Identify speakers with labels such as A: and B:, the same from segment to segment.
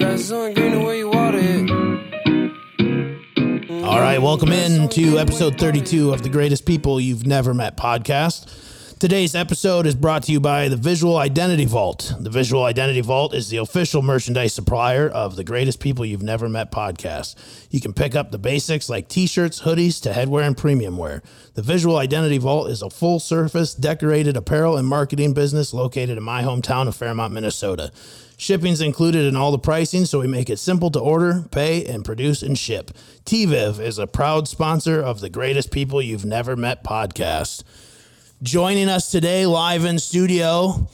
A: It's on green the way you water it.
B: All right, welcome in to episode 32 of the Greatest People You've Never Met podcast. Today's episode is brought to you by the Visual Identity Vault. The Visual Identity Vault is the official merchandise supplier of the Greatest People You've Never Met podcast. You can pick up the basics like t shirts, hoodies, to headwear and premium wear. The Visual Identity Vault is a full service decorated apparel and marketing business located in my hometown of Fairmont, Minnesota. Shipping's included in all the pricing, so we make it simple to order, pay, and produce and ship. TVIV is a proud sponsor of the Greatest People You've Never Met podcast. Joining us today, live in studio,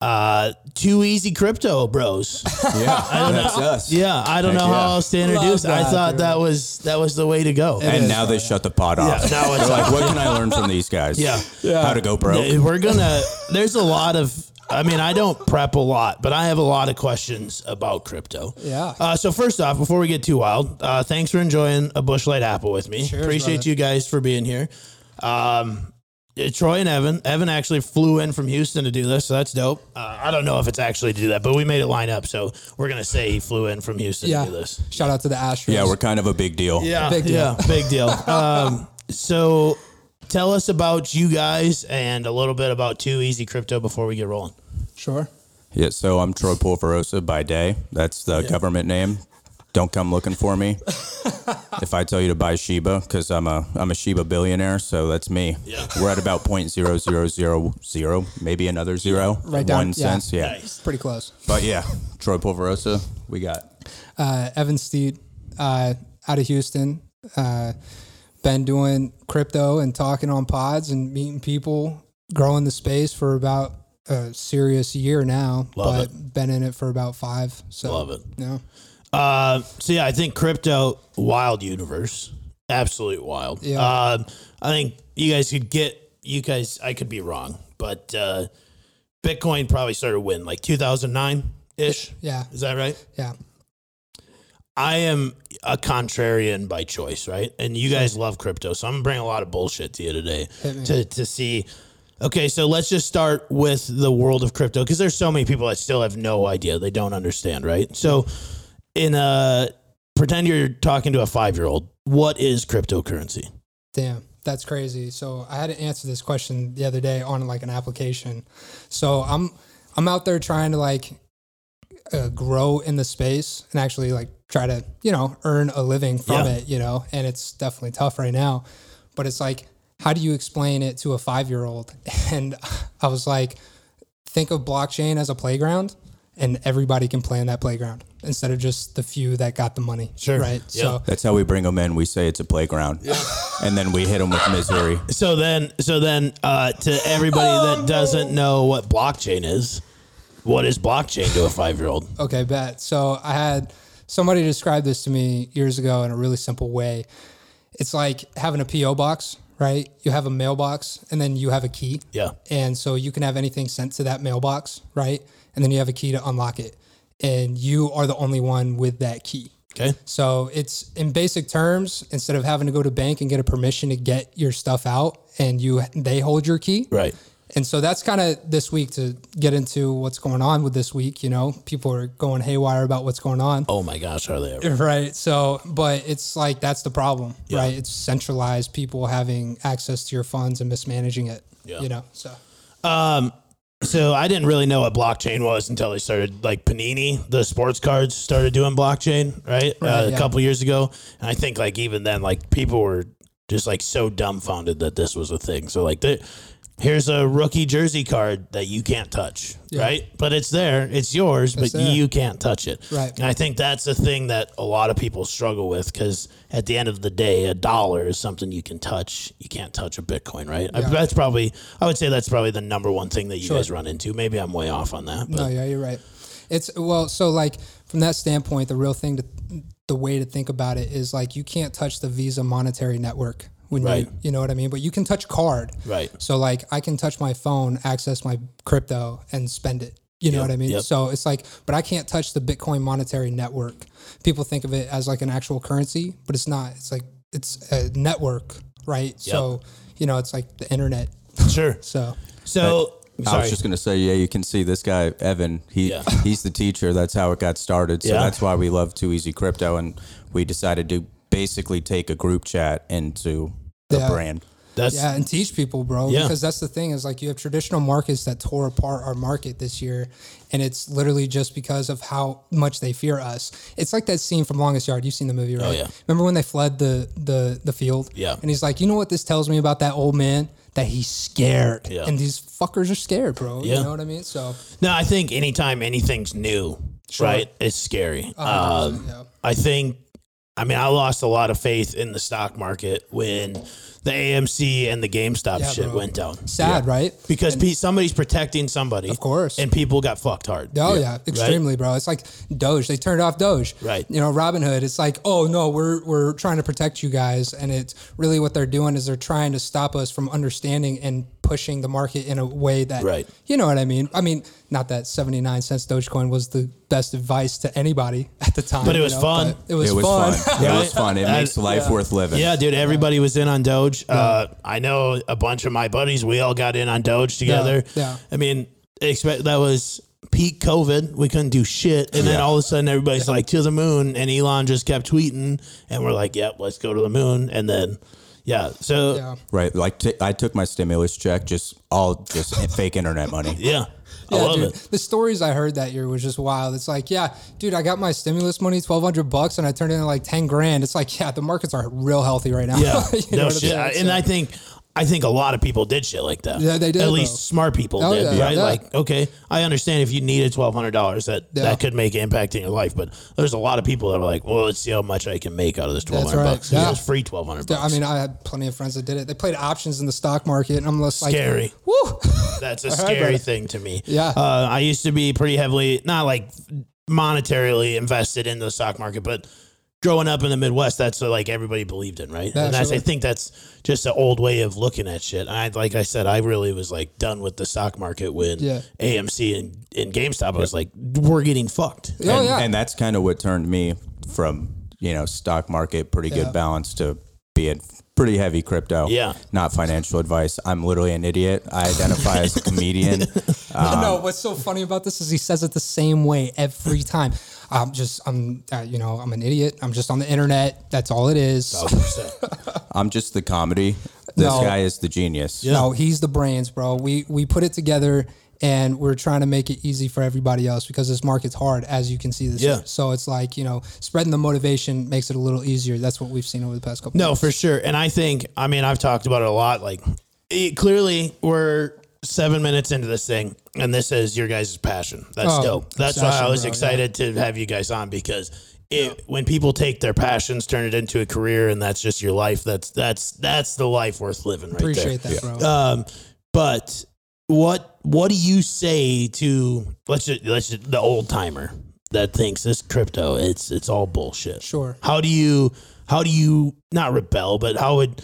B: uh, Two Easy Crypto Bros.
C: Yeah, that's us.
B: Yeah, I don't know
C: yeah.
B: how else to introduce.
D: Love
B: I
D: that,
B: thought
D: dude.
B: that was that was the way to go.
C: And now they shut the pod off.
B: Yeah, now it's
C: They're like, what can I learn from these guys?
B: Yeah.
C: How to go broke.
B: Uh, We're gonna. There's a lot of. I mean, I don't prep a lot, but I have a lot of questions about crypto.
D: Yeah.
B: Uh, so first off, before we get too wild, uh, thanks for enjoying a bushlight apple with me.
D: Cheers,
B: Appreciate
D: brother.
B: you guys for being here. Um, uh, Troy and Evan. Evan actually flew in from Houston to do this, so that's dope. Uh, I don't know if it's actually to do that, but we made it line up, so we're gonna say he flew in from Houston
D: Yeah.
B: to do this.
D: Shout out to the Astros.
C: yeah, we're kind of a big deal.
B: Yeah,
D: Big deal.
B: yeah, big deal. um, so tell us about you guys and a little bit about Two Easy Crypto before we get rolling.
D: sure.
C: Yeah, so I'm Troy Pulverosa by day. That's the government name. Don't come looking for me. if I tell you to buy Sheba, because I'm a I'm a Sheba billionaire, so that's me.
B: Yeah.
C: We're at about point zero zero zero zero, maybe another zero.
D: Right down,
C: One
D: yeah.
C: cents. Yeah.
B: Nice.
D: Pretty close.
C: But yeah, Troy Pulverosa, we got
D: Uh, Evan Steed uh, out of Houston. Uh, been doing crypto and talking on pods and meeting people, growing the space for about a serious year now.
B: Love
D: but been in it for about five. So
B: Love it.
D: No.
B: Uh, so yeah, I think crypto wild universe, absolute wild.
D: Yeah.
B: Um, I think you guys could get you guys. I could be wrong, but uh, Bitcoin probably started when like 2009 ish.
D: Yeah.
B: Is that right?
D: Yeah.
B: I am a contrarian by choice, right? And you guys love crypto, so I'm gonna bring a lot of bullshit to you today
D: me.
B: to to see. Okay, so let's just start with the world of crypto because there's so many people that still have no idea, they don't understand, right? So, in a pretend you're talking to a five year old, what is cryptocurrency?
D: Damn, that's crazy. So I had to answer this question the other day on like an application. So I'm I'm out there trying to like uh, grow in the space and actually like try to you know earn a living from
B: Yeah.
D: it. You know, and it's definitely tough right now. But it's like, how do you explain it to a five year old? And I was like, think of blockchain as a playground. And everybody can play in that playground instead of just the few that got the money.
B: Sure.
D: Right.
B: Yeah.
D: So
C: that's how we bring them in. We say it's a playground. And then we hit them with misery.
B: So then, so then, uh, to everybody that doesn't know what blockchain is, what is blockchain to a five year old?
D: Okay, bet. So I had somebody describe this to me years ago in a really simple way. It's like having a PO box, right? You have a mailbox and then you have a key.
B: Yeah.
D: And so you can have anything sent to that mailbox, right? And then you have a key to unlock it. And you are the only one with that key.
B: Okay.
D: So it's in basic terms, instead of having to go to bank and get a permission to get your stuff out and you they hold your key.
B: Right.
D: And so that's kind of this week to get into what's going on with this week. You know, people are going haywire about what's going on.
B: Oh my gosh, are they ever?
D: Right. So, but it's like that's the problem, right? It's centralized people having access to your funds and mismanaging it,
B: Yeah.
D: you know? So,
B: Um, so I didn't really know what blockchain was until they started like Panini, the sports cards started doing blockchain, right? uh,
D: yeah.
B: A couple years ago. And I think like even then, like people were just like so dumbfounded that this was a thing. So like the, here's a rookie jersey card that you can't touch, right? But it's there, it's yours, but
D: there.
B: you can't touch it.
D: Right.
B: And I think that's a thing that a lot of people struggle with because at the end of the day, a dollar is something you can touch. You can't touch a Bitcoin, right? I, that's probably, I would say that's probably the number one thing that you guys run into. Maybe I'm way off on that, but
D: no, yeah, you're right. It's well, so like from that standpoint, the real thing to the way to think about it is like you can't touch the Visa monetary network when
B: Right.
D: you, you know what I mean? But you can touch card.
B: right.
D: So like I can touch my phone, access my crypto and spend it. You know what I mean?
B: yep.
D: So it's like, but I can't touch the Bitcoin monetary network. People think of it as like an actual currency, but it's not. It's like it's a network, right? So, you know, it's like the internet.
B: Sure.
D: So
B: So
C: I
B: Sorry.
C: was just gonna say, yeah, you can see this guy Evan. He
B: Yeah.
C: he's the teacher. That's how it got started. So
B: Yeah.
C: that's why we love Too Easy Crypto, and we decided to basically take a group chat into the
D: Yeah.
C: brand.
B: That's
D: Yeah, and teach people, bro.
B: Yeah.
D: Because that's the thing is like you have traditional markets that tore apart our market this year, and it's literally just because of how much they fear us. It's like that scene from Longest Yard. You've seen the movie, right?
B: Oh, yeah.
D: Remember when they fled the the the field?
B: Yeah.
D: And he's like, you know what this tells me about that old man? That he's scared.
B: Yeah.
D: And these fuckers are scared, bro.
B: Yeah.
D: You know what I mean? So
B: No, I think anytime anything's new, right, it's scary. Um,
D: yeah.
B: I think, I mean, I lost a lot of faith in the stock market when the AMC and the GameStop shit
D: bro.
B: went down
D: sad, right?
B: because pe- somebody's protecting somebody, of
D: course.
B: and people got fucked hard.
D: Oh yeah, extremely, bro. It's like Doge. They turned off Doge.
B: Right.
D: You know, Robinhood. It's like, oh no, we're we're trying to protect you guys, and it's really what they're doing is they're trying to stop us from understanding and pushing the market in a way that,
B: Right.
D: You know what I mean? I mean, not that seventy nine cents Dogecoin was the best advice to anybody at the time,
B: But it
D: you
B: was
D: know,
B: fun.
D: but It was,
C: it was
D: fun.
C: fun. it was fun. It makes life worth living.
B: Yeah, dude, everybody was in on Doge. Uh, I know a bunch of my buddies. We all got in on Doge together.
D: yeah.
B: I mean, expect that was peak COVID. We couldn't do shit, and then all of a sudden, everybody's like to the moon, and Elon just kept tweeting, and we're like, "Yep, let's go to the moon." And then, yeah, so yeah,
D: Yeah.
C: Right. Like t- I took my stimulus check, just all just fake internet money.
B: I
D: Yeah,
B: love
D: dude.
B: it.
D: The stories I heard that year was just wild. It's like, yeah, dude, I got my stimulus money, twelve hundred bucks, and I turned it into like ten grand. It's like, yeah, the markets are real healthy right now.
B: Yeah,
D: You know
B: no
D: what I'm
B: shit.
D: saying?
B: I-
D: So-
B: and I think. I think a lot of people did shit like that.
D: Yeah, they did,
B: At
D: bro.
B: least smart people
D: Oh,
B: did,
D: yeah,
B: right?
D: yeah.
B: Like, okay, I understand if you needed twelve hundred dollars, that
D: Yeah.
B: that could make an impact in your life. But there's a lot of people that are like, well, let's see how much I can make out of this twelve hundred
D: right.
B: bucks. Yeah.
D: Yeah.
B: It was free twelve hundred
D: Yeah,
B: bucks.
D: I mean, I had plenty of friends that did it. They played options in the stock market, and I'm just like,
B: scary.
D: woo.
B: That's a
D: brother.
B: scary thing to me.
D: Yeah.
B: Uh, I used to be pretty heavily, not like monetarily invested in the stock market, but growing up in the Midwest, that's what, like everybody believed in, right? and that's, I
D: Naturally.
B: think that's just an old way of looking at shit. I, like I said, I really was like done with the stock market when
D: Yeah.
B: AMC and, and GameStop, I was like, we're getting fucked.
D: Oh,
C: and,
D: yeah.
C: and that's kind of what turned me from you know stock market pretty
D: Yeah.
C: good balance to being pretty heavy crypto.
B: Yeah.
C: not financial advice. I'm literally an idiot. I identify as a comedian.
B: Ah.
D: no, what's so funny about this is he says it the same way every time. I'm just, I'm, uh, you know, I'm an idiot. I'm just on the internet. That's all it is.
B: Oh,
C: I'm just the comedy. This
D: No.
C: guy is the genius.
D: No, he's the brains, bro. We we put it together and we're trying to make it easy for everybody else because this market's hard, as you can see this
B: Yeah.
D: year. So it's like you know, spreading the motivation makes it a little easier. That's what we've seen over the past couple.
B: No,
D: years.
B: for sure. And I think, I mean, I've talked about it a lot. Like, it, clearly, we're seven minutes into this thing, and this is your guys' passion. That's
D: Oh,
B: dope. That's why I
D: obsession,
B: was
D: bro, yeah.
B: excited to have you guys on because. It, when people take their passions, turn it into a career, and that's just your life. That's that's that's the life worth living, right there.
D: appreciate that, bro.
B: Um, but what what do you say to let's just, let's just, the old timer that thinks this crypto it's it's all bullshit?
D: Sure.
B: How do you how do you not rebel, but how would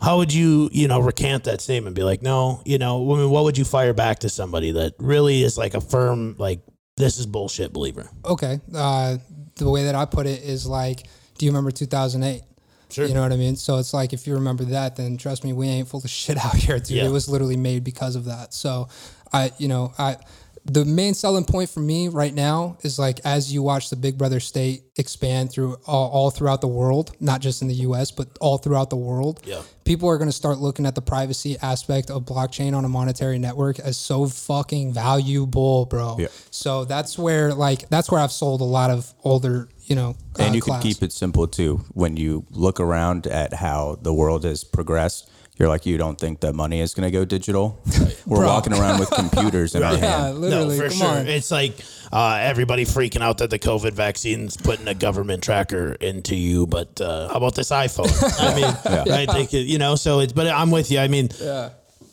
B: how would you you know recant that statement? Be like, no, you know, I mean, what would you fire back to somebody that really is like a firm like this is bullshit believer?
D: okay. Uh, the way that I put it is like, do you remember 2008?
B: Sure.
D: You know what I mean? So it's like, if you remember that, then trust me, we ain't full of shit out here, dude.
B: Yeah.
D: It was literally made because of that. So I, you know, I, the main selling point for me right now is like, as you watch the Big Brother state expand through all, all throughout the world, not just in the US, but all throughout the world,
B: Yeah.
D: people are going to start looking at the privacy aspect of blockchain on a monetary network as so fucking valuable, bro.
C: Yeah.
D: So that's where like that's where I've sold a lot of older, you know,
C: and
D: uh,
C: you
D: class.
C: can keep it simple too. When you look around at how the world has progressed, you're like, you don't think that money is going to go digital. We're
D: Bro.
C: walking around with computers in our
D: Yeah,
C: hand.
D: literally.
B: no, for
D: Come
B: sure.
D: on.
B: It's like uh, everybody freaking out that the COVID vaccine's putting a government tracker into you, but uh, how about this iPhone? I mean, right? They could, you know, so it's. But I'm with you. I mean,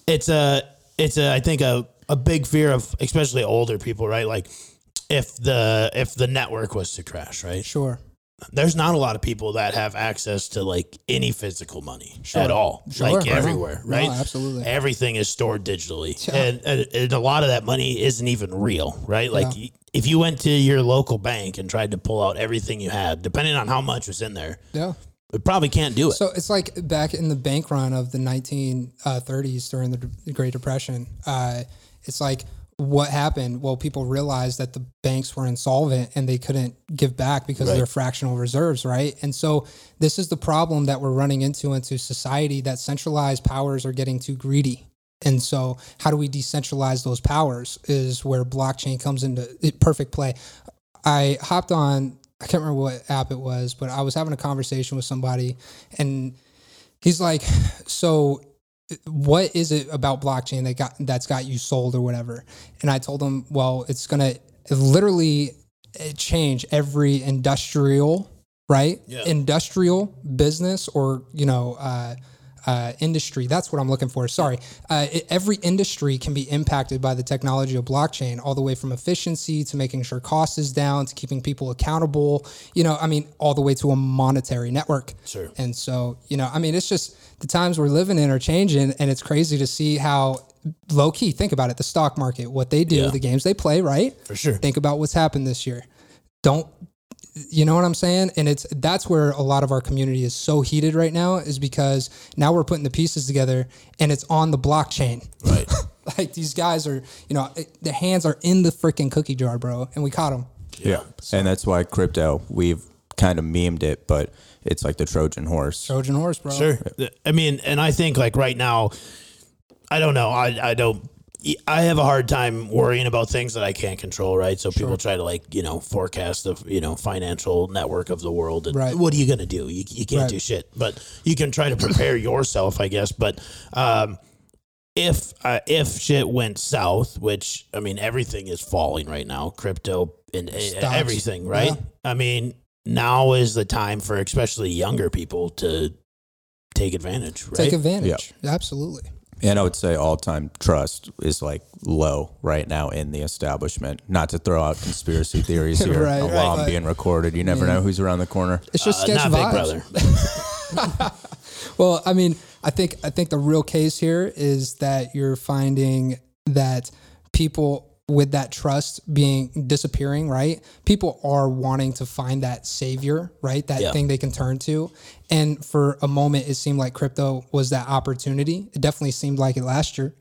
B: it's a, it's a. I think a a big fear of especially older people, right? Like if the if the network was to crash, right?
D: Sure.
B: there's not a lot of people that have access to like any physical money at all,
D: Sure.
B: like
D: Right.
B: everywhere,
D: No,
B: right?
D: absolutely.
B: Everything is stored digitally,
D: Yeah.
B: and, and and a lot of that money isn't even real, right? Like y if you went to your local bank and tried to pull out everything you had, depending on how much was in there,
D: Yeah.
B: it probably can't do it.
D: So it's like back in the bank run of the 1930s during the De- Great Depression. Uh, It's like what happened? Well, people realized that the banks were insolvent and they couldn't give back because of their fractional reserves, right? And so this is the problem that we're running into into society that centralized powers are getting too greedy. And so how do we decentralize those powers is where blockchain comes into it- perfect play. I hopped on I can't remember what app it was, but I was having a conversation with somebody and he's like, "So what is it about blockchain that got that's got you sold or whatever and i told him well it's going to literally eh, change every industrial right
B: Yeah.
D: industrial business or you know uh, uh, industry that's what i'm looking for sorry uh, e- every industry can be impacted by the technology of blockchain all the way from efficiency to making sure cost is down to keeping people accountable you know i mean all the way to a monetary network
B: Sure.
D: and so, you know, I mean, it's just the times we're living in are changing, and it's crazy to see how low key. Think about it: the stock market, what they do, the games they play, right?
B: for sure.
D: Think about what's happened this year. Don't you know what I'm saying? And it's that's where a lot of our community is so heated right now is because now we're putting the pieces together, and it's on the blockchain.
B: Right.
D: Like these guys are, you know, it, the hands are in the freaking cookie jar, bro, and we caught them.
C: Yeah. And that's why crypto, we've kind of memed it, but it's like the Trojan horse.
D: Trojan horse, bro.
B: Sure. Th- Uh, I mean, and I think like right now, I don't know. I, I don't. I have a hard time worrying about things that I can't control, right? So people try to like you know forecast the you know financial network of the world, and
D: Right.
B: what are you gonna do? You, you can't
D: Right.
B: do shit, but you can try to prepare yourself, I guess. But um, if uh, if shit went south, which I mean, everything is falling right now, crypto and uh,
D: Stocks.
B: everything, right? I mean, now is the time for especially younger people to take advantage, right?
D: Take advantage. Absolutely.
C: And I would say all time trust is like low right now in the establishment. Not to throw out conspiracy theories here
D: Right,
C: while
D: right,
C: I'm
D: but-
C: being recorded. You never know who's around the corner.
D: It's just
B: Uh,
D: sketch
B: not
D: vibes.
B: Big Brother.
D: Well, I mean, I think I think the real case here is that you're finding that people with that trust being disappearing, right? People are wanting to find that savior, right? That
B: Yeah.
D: thing they can turn to. And for a moment it seemed like crypto was that opportunity. It definitely seemed like it last year,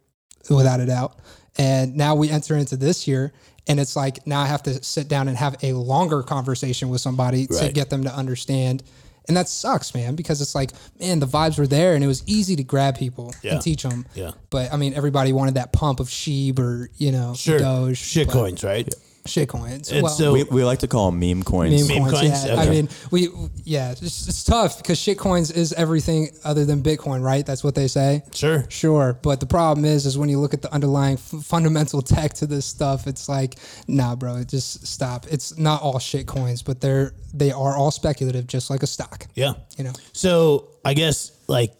D: without a doubt. And now we enter into this year and it's like now I have to sit down and have a longer conversation with somebody to
B: Right.
D: get them to understand. And that sucks, man, because it's like, man, the vibes were there and it was easy to grab people
B: Yeah.
D: and teach them.
B: Yeah.
D: But I mean, everybody wanted that pump of Sheeb or, you know,
B: Sure.
D: Doge.
B: shit
D: but-
B: coins, right?
D: Shit coins.
B: And
D: well,
B: so
C: We, we like to call them meme coins.
D: meme, coins.
B: coins,
D: Yeah. I
B: okay.
D: mean, we, yeah, it's, it's tough because shit coins is everything other than Bitcoin, right? That's what they say.
B: sure.
D: Sure, but the problem is, is when you look at the underlying f- fundamental tech to this stuff, it's like, nah, bro, it just stop. It's not all shit coins, but they're they are all speculative, just like a stock.
B: Yeah.
D: You know,
B: So I guess like,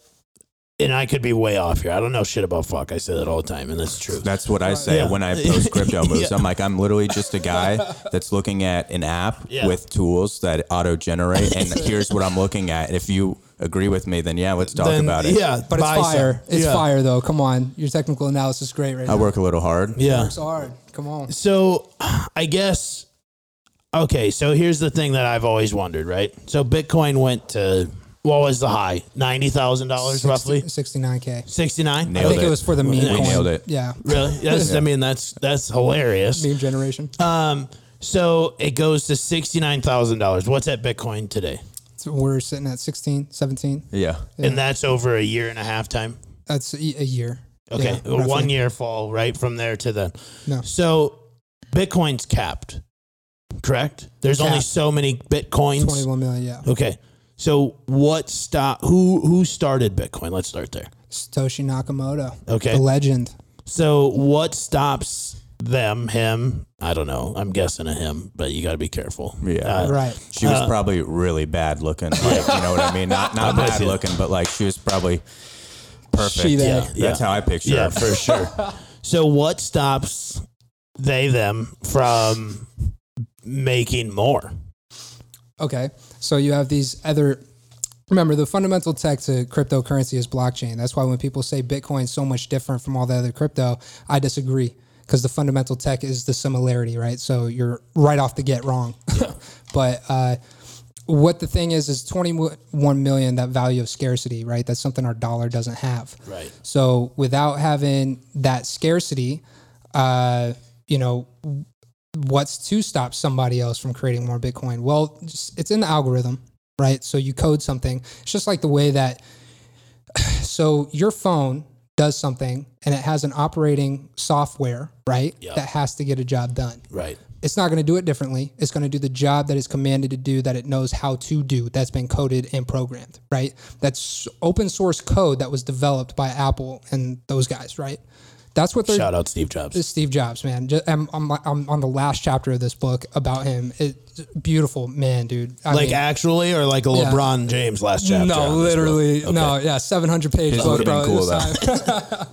B: and I could be way off here. I don't know shit about fuck. I say that all the time, and that's true.
C: That's what I say
B: Yeah.
C: when I post crypto moves.
B: Yeah.
C: I'm like, I'm literally just a guy that's looking at an app
B: Yeah.
C: with tools that auto generate. And here's what I'm looking at. If you agree with me, then yeah, let's talk
B: Then,
C: about it.
B: Yeah,
D: but it's
B: buy some.
D: fire. It's
B: Yeah.
D: fire though. Come on, your technical analysis is great right
C: I
D: now.
C: work a little hard.
B: Yeah.
D: It's hard. Come on.
B: So I guess okay, so here's the thing that I've always wondered, right? So Bitcoin went to what was the high? Ninety thousand dollars roughly?
D: sixty nine k.
B: Sixty nine?
D: I
C: Nailed
D: think it.
C: it.
D: was for the meme
B: We
D: coin.
C: nailed it.
D: Yeah,
B: Really? That's, I mean that's that's hilarious.
D: meme generation.
B: Um so it goes to sixty nine thousand dollars. What's at Bitcoin today?
D: So we're sitting at 16, 17.
C: Yeah.
B: And that's over a year and a half time.
D: That's a, a year.
B: Okay.
D: Yeah, roughly.
B: One year fall, right? From there to then.
D: No.
B: So Bitcoin's capped. Correct? There's only
D: Capped.
B: so many Bitcoins.
D: Twenty one million. Yeah.
B: Okay. So what stop who who started Bitcoin? Let's start there.
D: Satoshi Nakamoto.
B: Okay.
D: The legend.
B: So what stops them, him? I don't know. I'm guessing a him, but you got to be careful. Uh,
C: Yeah.
D: Right.
C: She was probably really bad looking. Like, you know what I mean? Not not
B: bet
C: bad
B: you.
C: looking, but like she was probably perfect.
D: She
C: yeah.
D: that.
B: Yeah.
C: That's how I picture
B: Yeah,
C: her.
B: for sure. so what stops they them from making more?
D: Okay. So you have these other. Remember, the fundamental tech to cryptocurrency is blockchain. That's why when people say Bitcoin's so much different from all the other crypto, I disagree because the fundamental tech is the similarity, right? So you're right off the get wrong. but uh, what the thing is, is 21 million, that value of scarcity, right? That's something our dollar doesn't have.
B: Right.
D: So without having that scarcity, uh, you know, what's to stop somebody else from creating more Bitcoin? Well, just- it's in the algorithm, right? So you code something. It's just like the way that, so your phone does something and it has an operating software, right? That has to get a job done
B: Right.
D: it's not going to do it differently. It's going to do the job that it's commanded to do that it knows how to do that's been coded and programmed, right? That's open source code that was developed by Apple and those guys, right? That's what they're
B: Shout out Steve Jobs.
D: Steve Jobs, man. Just, I'm, I'm, I'm on the last chapter of this book about him. It, beautiful man, dude. I
B: Like
D: mean,
B: actually, or like a LeBron James last chapter.
D: no,
B: on this
D: literally,
B: book? Okay.
D: no, yeah, seven hundred page
C: His
D: book,
C: would've been
D: bro.
C: cool,
D: It was time.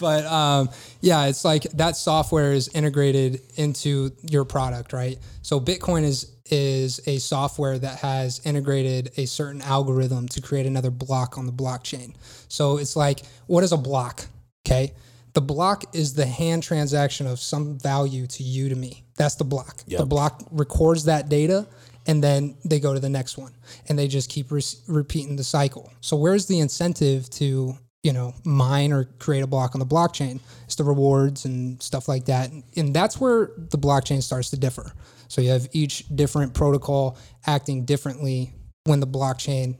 D: but um, yeah, it's like that software is integrated into your product, right? So Bitcoin is is a software that has integrated a certain algorithm to create another block on the blockchain. So it's like, what is a block? Okay. The block is the hand transaction of some value to you to me. That's the block. The block records that data and then they go to the next one and they just keep re- repeating the cycle. So where's the incentive to, you know, mine or create a block on the blockchain? It's the rewards and stuff like that. And, and that's where the blockchain starts to differ. So you have each different protocol acting differently when the blockchain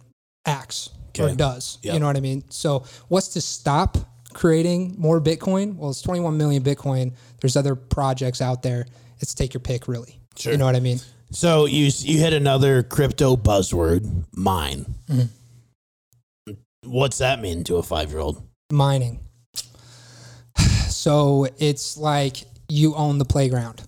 D: acts or
B: Okay.
D: does.
B: Yep.
D: You know what I mean? So, what's to stop creating more Bitcoin? Well, it's 21 million Bitcoin. There's other projects out there. It's take your pick, really.
B: Sure.
D: You know what I mean?
B: So you you hit another crypto buzzword, mine.
D: Mm-hmm.
B: What's that mean to a five year old?
D: Mining. So, it's like you own the playground,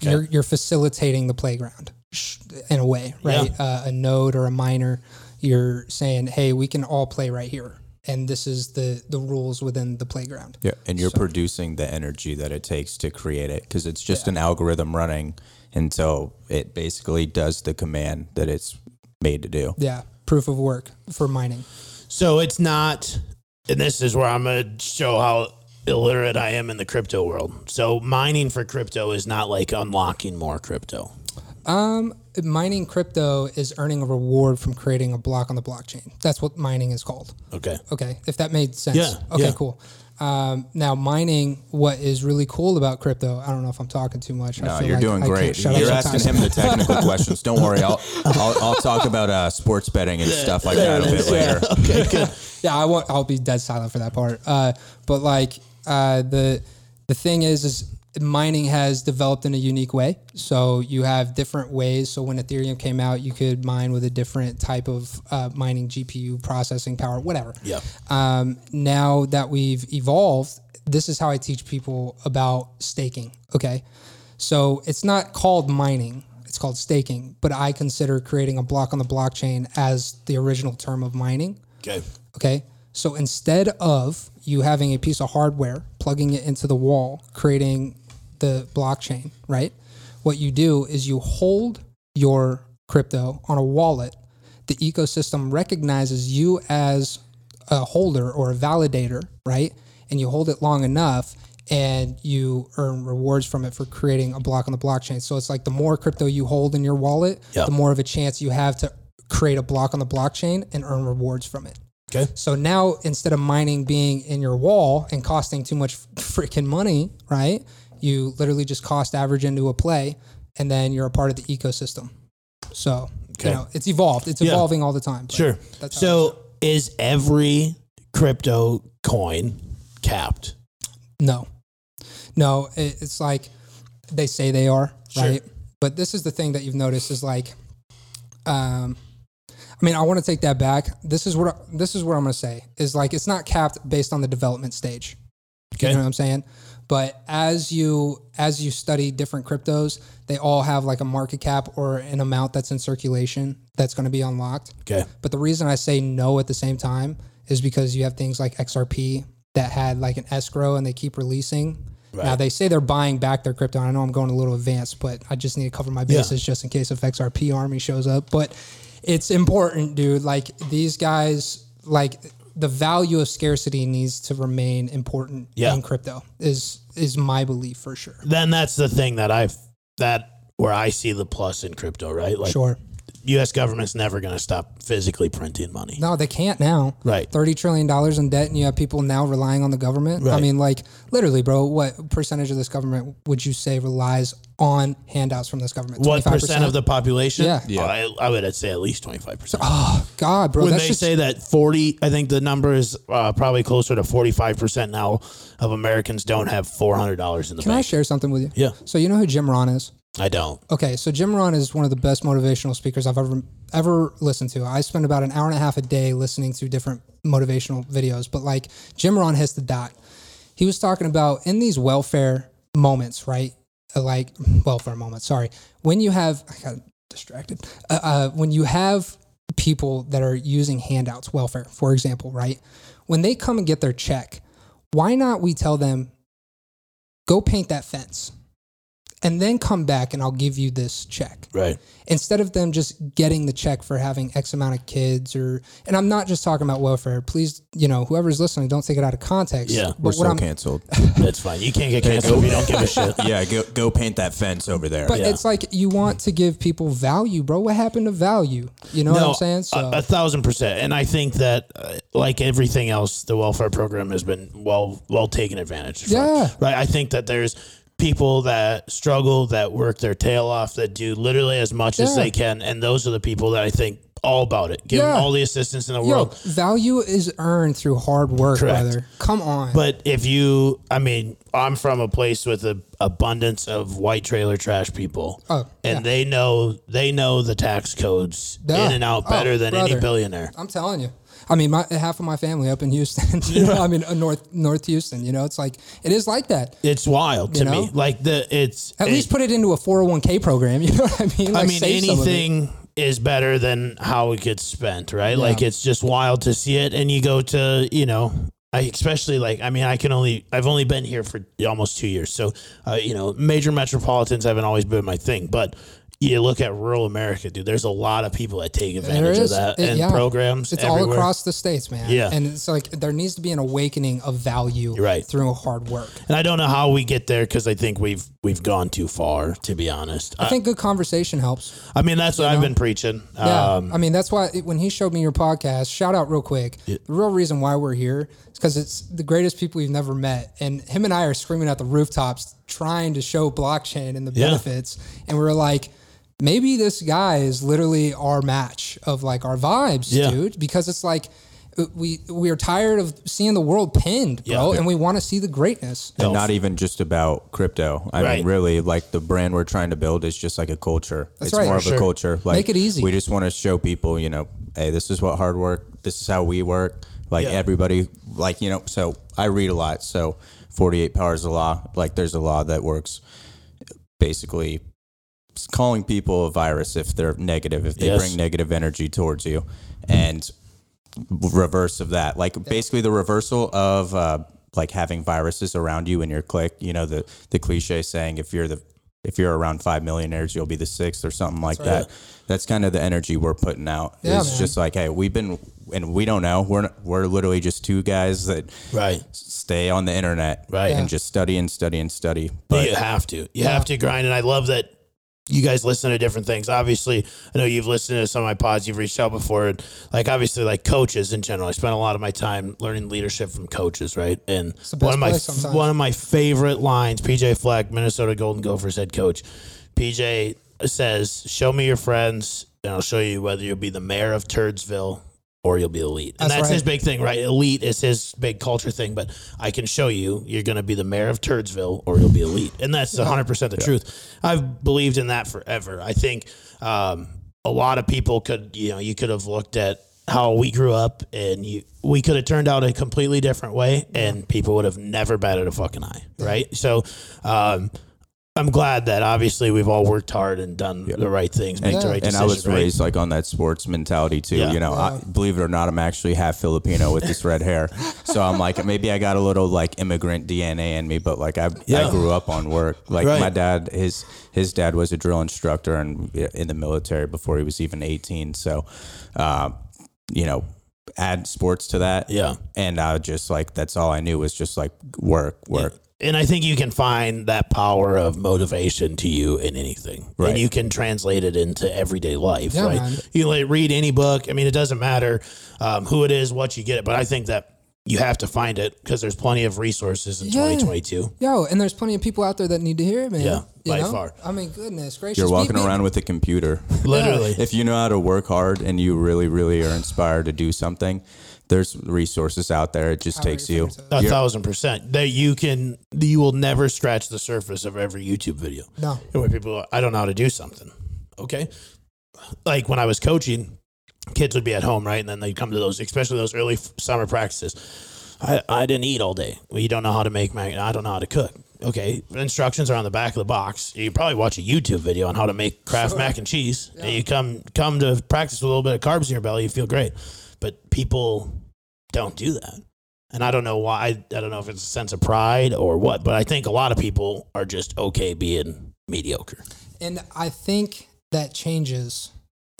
D: you're, you're facilitating the playground sh- in a way, right? Uh, a node or a miner, you're saying, hey, we can all play right here. And this is the, the rules within the playground.
C: Yeah, and you're producing the energy that it takes to create it because it's just an algorithm running until it basically does the command that it's made to do.
D: Yeah. Proof of work for mining.
B: So it's not, and this is where I'm gonna show how illiterate I am in the crypto world. So mining for crypto is not like unlocking more crypto.
D: Um, mining crypto is earning a reward from creating a block on the blockchain. That's what mining is called.
B: Okay.
D: Okay, if that made sense.
B: Yeah,
D: Okay,
B: yeah.
D: cool. Um, now mining, what is really cool about crypto? I don't know if I'm talking too much. I
C: No,
D: feel
C: you're
D: like
C: doing
D: I can't
C: great.
D: shut up
C: You're asking
D: sometimes.
C: him the technical questions. Don't worry, I'll, I'll I'll talk about uh, sports betting and stuff like that a bit later.
B: Okay, good.
D: yeah, I won't. I'll be dead silent for that part. Uh, but like uh, the the thing is, is mining has developed in a unique way. So you have different ways. So when Ethereum came out, you could mine with a different type of uh, mining GPU processing power, whatever.
B: Yeah.
D: Um, now that we've evolved, this is how I teach people about staking. Okay. So it's not called mining, it's called staking, but I consider creating a block on the blockchain as the original term of mining.
B: Okay.
D: Okay. So instead of you having a piece of hardware, plugging it into the wall, creating the blockchain, right? What you do is you hold your crypto on a wallet. The ecosystem recognizes you as a holder or a validator, right? And you hold it long enough and you earn rewards from it for creating a block on the blockchain. So it's like the more crypto you hold in your wallet,
B: Yeah.
D: the more of a chance you have to create a block on the blockchain and earn rewards from it.
B: Okay.
D: So now instead of mining being in your wall and costing too much freaking money, right? You literally just cost average into a play and then you're a part of the ecosystem. So,
B: Okay.
D: you know, it's evolved. It's evolving all the time. but
B: Sure.
D: That's how
B: So is every crypto coin capped?
D: No, no. It, it's like they say they are,
B: Sure.
D: right? But this is the thing that you've noticed is like, um, I mean, I want to take that back. This is what this is what I'm going to say is like it's not capped based on the development stage.
B: Okay.
D: You know what I'm saying? But as you as you study different cryptos, they all have like a market cap or an amount that's in circulation that's going to be unlocked.
B: Okay.
D: But the reason I say no at the same time is because you have things like XRP that had like an escrow and they keep releasing. Now they say they're buying back their crypto. I know I'm going a little advanced, but I just need to cover my bases just in case if XRP army shows up. But it's important, dude. Like these guys, like the value of scarcity needs to remain important
B: Yeah.
D: in crypto. Is is my belief for sure.
B: Then that's the thing that I that where I see the plus in crypto, right? Like
D: Sure.
B: U.S. government's never going to stop physically printing money.
D: No, they can't now.
B: Right.
D: Thirty trillion dollars in debt, and you have people now relying on the government. I
B: Right.
D: mean, like literally, bro. What percentage of this government would you say relies on handouts from this government?
B: What
D: 25%?
B: percent of the population?
D: Yeah.
C: Yeah.
B: I, I would say at least twenty five percent.
D: God, bro?
B: when
D: That's
B: they
D: just
B: say that 40 i think the number is uh, probably closer to 45% now of americans don't have $400 in the
D: Can I
B: bank
D: share something with you?
B: Yeah.
D: So you know who Jim Ron is?
B: i don't
D: Okay, so Jim Ron is one of the best motivational speakers I've ever ever listened to. I spend about an hour and a half a day listening to different motivational videos, but like Jim Ron hits the dot. He was talking about in these welfare moments, right? Uh, Like welfare moments. Sorry, when you have I got distracted. Uh, uh, when you have people that are using handouts, welfare, for example, right? When they come and get their check, why not we tell them go paint that fence and then come back and I'll give you this check.
B: right
D: Instead of them just getting the check for having X amount of kids or, and I'm not just talking about welfare. Please, you know, whoever's listening, don't take it out of context.
B: Yeah.
C: We're
D: But what
C: so
D: I'm,
C: canceled.
B: that's fine you can't get canceled if you don't give a shit
C: yeah, go, go paint that fence over there.
D: but
B: Yeah.
D: it's like you want to give people value, bro. What happened to value? You know what I'm saying? So,
B: a, a thousand percent, and I think that, uh, like everything else, the welfare program has been well well taken advantage. Of.
D: Yeah.
B: right. I think that there's people that struggle, that work their tail off, that do literally as much as
D: Yeah.
B: they can, and those are the people that I think all about it. Give
D: Yeah.
B: them all the assistance in the
D: yo,
B: world.
D: value is earned through hard work,
B: Correct.
D: brother. Come on.
B: But if you, I mean, I'm from a place with an abundance of white trailer trash people,
D: Oh,
B: and
D: yeah.
B: they know they know the tax codes
D: Yeah.
B: in and out
D: Oh,
B: better than any
D: brother.
B: billionaire.
D: I'm telling you. I mean, my, half of my family up in Houston. You know, I mean, uh, north North Houston. You know, it's like it is like that.
B: It's wild to
D: You
B: me.
D: know?
B: Like the it's
D: At
B: it-
D: least put it into a 401k program. You know what I mean?
B: I
D: Like,
B: mean,
D: save some of it.
B: anything is better than how it gets spent, right? Like it's just wild to see it, and you go to you know. I especially like I mean I can only I've only been here for almost two years so uh, you know major metropolitans haven't always been my thing but you look at rural America dude there's a lot of people that take advantage of
D: is.
B: that
D: It-
B: and
D: yeah.
B: programs
D: It's all
B: everywhere.
D: across the states, man.
B: Yeah.
D: and it's like there needs to be an awakening of value
B: right.
D: through hard work.
B: and I don't know how we get there because I think we've we've gone too far to be honest I,
D: I think good conversation helps.
B: I mean that's what I've been preaching
D: Yeah,
B: um,
D: I mean that's why it- when he showed me your podcast, shout out real quick. The real reason why we're here is because it's the greatest people we've never met, and him and I are screaming at the rooftops trying to show blockchain and the
B: Yeah.
D: benefits, and we're like. Maybe this guy is literally our match of like our vibes,
B: Yeah.
D: dude. Because it's like uh, we we are tired of seeing the world pinned, bro,
B: Yeah.
D: and we want to see the greatness.
C: and not even just about crypto. I
B: Right.
C: mean, really, like the brand we're trying to build is just like a culture. it's
D: right.
C: more
D: For
C: of
D: sure.
C: a culture. Like
D: Make it easy.
C: We just want to show people, you know, hey, this is what hard work. This is how we work. Like
B: Yeah.
C: everybody, like you know. So I read a lot. So Forty Eight Powers of Law. Like there's a law that works, basically. it's Calling people a virus if they're negative, if they
B: Yes.
C: bring negative energy towards you, and reverse of that. Like basically the reversal of uh, like having viruses around you in your clique. You know the the cliche saying if you're the if you're around five millionaires, you'll be the sixth or something like that. That's kind of the energy we're putting out.
D: Yeah,
C: it's
D: man.
C: just like hey, we've been and we don't know. We're not, we're literally just two guys that
B: right
C: stay on the internet
B: Right. Yeah.
C: and just study and study and study.
B: But
C: But
B: you have to. You have to grind. And I love that you guys listen to different things. Obviously, I know you've listened to some of my pods. You've reached out before. And like, obviously, like coaches in general. I spent a lot of my time learning leadership from coaches, right? And
D: the best
B: one of my
D: place sometimes.
B: one of my favorite lines, PJ Fleck, Minnesota Golden Gophers head coach, PJ says, "Show me your friends, and I'll show you whether you'll be the mayor of Turdsville." Or you'll be elite. And
D: That's
B: that's
D: right.
B: his big thing, right? Elite is his big culture thing, but I can show you you're going to be the mayor of Turdsville or you'll be elite. And that's 100% the truth. I've believed in that forever. I think um, a lot of people could, you know, you could have looked at how we grew up and you, we could have turned out a completely different way and people would have never batted a fucking eye, right? So, um, I'm glad that obviously we've all worked hard and done the right things, make the right
C: and
B: decisions.
C: I was
B: right?
C: raised like on that sports mentality too.
B: Yeah.
C: You know, I, believe it or not, I'm actually half Filipino with this red hair. So I'm like, maybe I got a little like immigrant DNA in me, but like I,
B: Yeah.
C: I grew up on work. Like
B: Right.
C: my dad, his his dad was a drill instructor and in the military before he was even 18. So, uh, you know, add sports to that.
B: Yeah.
C: and I would just like that's all I knew was just like work, work.
B: And I think you can find that power of motivation to you in anything.
C: Right.
B: And you can translate it into everyday life.
D: Yeah,
B: right.
D: man.
B: You can like read any book. I mean, it doesn't matter um, who it is, what you get it, but I think that you have to find it because there's plenty of resources in
D: Yeah.
B: 2022.
D: Yo, and there's plenty of people out there that need to hear it, man.
B: Yeah,
D: You
B: by
D: know?
B: far.
D: I mean, goodness gracious.
C: You're
D: We-
C: walking
D: we-
C: around with a computer.
B: Literally.
C: if you know how to work hard and you really, really are inspired to do something, there's resources out there. It just takes you.
B: A thousand percent that you can, that you will never scratch the surface of every YouTube video.
D: No.
B: And where people, are, I don't know how to do something. Okay. Like when I was coaching, kids would be at home, right? And then they'd come to those, especially those early f- summer practices. I, I didn't eat all day. Well, you don't know how to make mac. I don't know how to cook. Okay. Instructions are on the back of the box. You probably watch a YouTube video on how to make Kraft mac and cheese. And you come come to practice with a little bit of carbs in your belly, you feel great. But people don't do that. And I don't know why. I, I don't know if it's a sense of pride or what, but I think a lot of people are just okay being mediocre.
D: And I think that changes.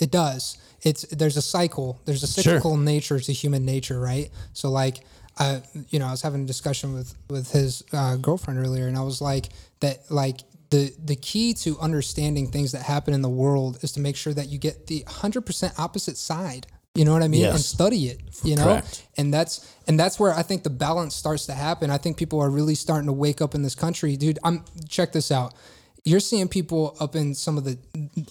D: It does. It's there's a cycle. There's a cyclical nature to human nature, right? So like, I you know I was having a discussion with with his uh, girlfriend earlier, and I was like that like the the key to understanding things that happen in the world is to make sure that you get the hundred percent opposite side. You know what I mean? And
B: Yes.
D: study it. You know,
B: Correct.
D: and that's and that's where I think the balance starts to happen. I think people are really starting to wake up in this country, dude. I'm check this out. You're seeing people up in some of the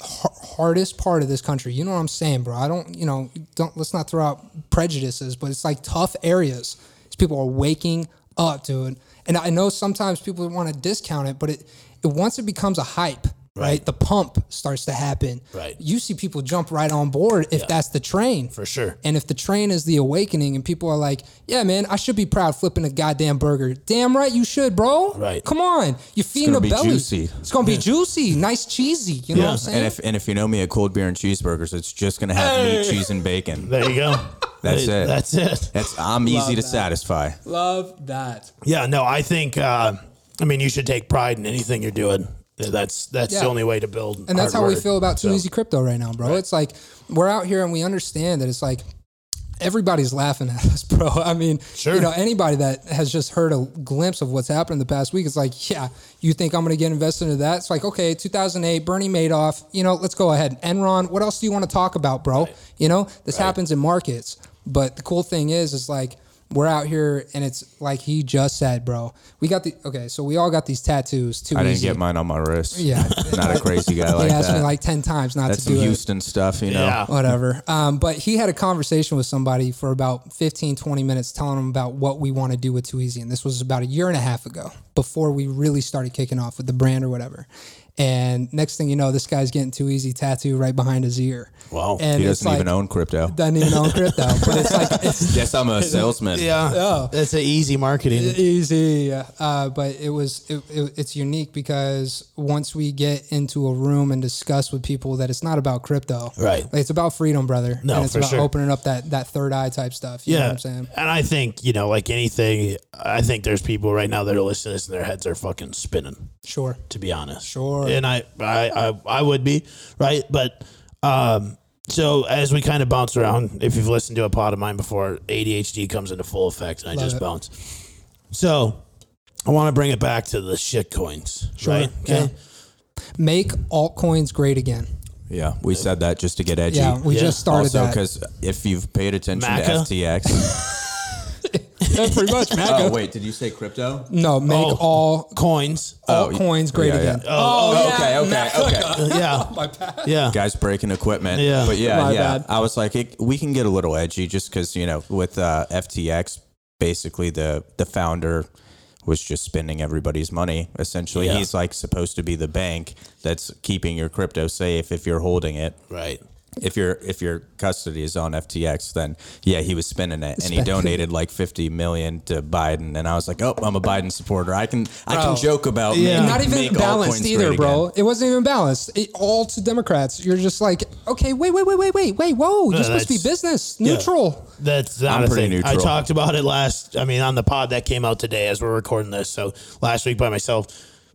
D: har- hardest part of this country. You know what I'm saying, bro? I don't, you know, don't let's not throw out prejudices, but it's like tough areas. These people are waking up, dude. And I know sometimes people want to discount it, but it, it once it becomes a hype, right? The pump starts to happen.
B: Right.
D: You see people jump right on board if that's the train.
B: For sure.
D: And if the train is the awakening and people are like, yeah, man, I should be proud flipping a goddamn burger. Damn right you should, bro.
B: Right.
D: Come on. You're feeding
C: gonna be
D: a belly.
C: juicy.
D: It's going to be juicy, nice, cheesy. You know what I'm saying?
C: And if and if you know me, a cold beer and cheeseburgers, it's just gonna have meat, cheese, and bacon.
B: There you go.
C: That's it.
B: That's it.
C: That's I'm easy to satisfy.
D: Love that.
B: Yeah, no, I think uh, I mean you should take pride in anything you're doing. That's that's
D: Yeah.
B: the only way to build.
D: And
B: hard
D: that's how we
B: work.
D: feel about Too
B: So,
D: Easy Crypto right now, bro. It's like we're out here and we understand that it's like everybody's laughing at us, bro. I mean,
B: Sure.
D: you know, anybody that has just heard a glimpse of what's happened in the past week, it's like, yeah, you think I'm going to get invested into that? It's like, okay, 2008, Bernie Madoff, you know, let's go ahead. Enron, what else do you want to talk about, bro? You know, this happens in markets. But the cool thing is, is like, we're out here and it's like he just said, bro. We got the, okay, so we all got these tattoos. Too
C: I didn't
D: easy.
C: get mine on my wrist.
D: Yeah.
C: Not a crazy guy
D: He
C: like
D: asked me
C: that.
D: like 10 times not
C: That's
D: to
C: some
D: do it
C: Houston stuff, you know.
B: Yeah.
D: whatever. Um, but he had a conversation with somebody for about 15, 20 minutes telling him about what we want to do with Too Easy. And this was about a year and a half ago before we really started kicking off with the brand or whatever. And next thing you know, this guy's getting Too Easy tattoo right behind his ear.
B: Wow.
D: And
C: He
D: it's
C: doesn't
D: like,
C: even own crypto.
D: doesn't even own crypto, but it's like, it's
C: Guess I'm a salesman.
B: Yeah, that's an easy marketing.
D: easy. Uh, but it was it, it, it's unique because once we get into a room and discuss with people that it's not about crypto,
B: Right.
D: Like, it's about freedom, brother.
B: No,
D: and it's
B: for
D: about
B: sure.
D: opening up that that third eye type stuff. You know what I'm saying?
B: And I think, you know, like anything, I think there's people right now that are listening to this and their heads are fucking spinning,
D: Sure.
B: to be honest.
D: Sure.
B: And I, I, I, I would be, right? But, um, so as we kind of bounce around, if you've listened to a pod of mine before, ADHD comes into full effect and I just
D: it.
B: bounce. So I want to bring it back to the shit coins, right?
D: Yeah. Make altcoins great again.
C: Yeah, we said that just to get edgy.
D: Yeah, we
B: Yeah.
D: just started
C: also,
D: that.
C: because if you've paid attention
B: Maca?
C: to FTX,
D: Yeah, pretty much, man.
C: oh wait, did you say crypto?
D: No, Oh, make
B: Oh.
D: all
B: Coins. Uh,
D: altcoins coins great
C: Oh, yeah, yeah.
D: again.
C: Oh, okay, okay, okay.
B: Yeah.
D: My bad.
B: Yeah.
C: guys breaking equipment.
B: Yeah.
C: But yeah,
D: My
C: yeah.
D: bad.
C: I was like, it, we can get a little edgy just because, you know, with uh, FTX, basically the, the founder was just spending everybody's money. Essentially,
B: Yeah.
C: he's like supposed to be the bank that's keeping your crypto safe if you're holding it.
B: Right.
C: If your if your custody is on FTX, then yeah, he was spending it, and he donated like fifty million to Biden. And I was like, oh, I'm a Biden supporter. I can I
D: Bro.
C: can joke about
B: Yeah.
C: making-
D: not even
C: make altcoins
D: balanced
C: great
D: either,
C: again.
D: bro. It wasn't even balanced. It, all to Democrats. You're just like, okay, wait, wait, wait, wait, wait, wait. Whoa, you're
B: No,
D: supposed to be
B: that's-
D: business neutral.
B: That's not
C: I'm
B: a
C: pretty
B: thing. I
C: neutral.
B: talked about it last. I mean, on the pod that came out today as we're recording this. So last week by myself,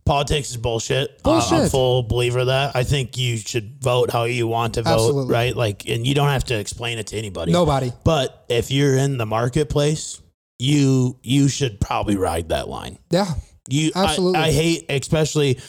B: politics is bullshit. I- I'm a
D: Bullshit.
B: full believer of that. I think you should vote how you want to vote,
D: Absolutely.
B: right? Like, and you don't have to explain it to anybody.
D: Nobody.
B: But if you're in the marketplace, you you should probably ride that line.
D: Yeah,
B: You I-
D: Absolutely.
B: I, hate especially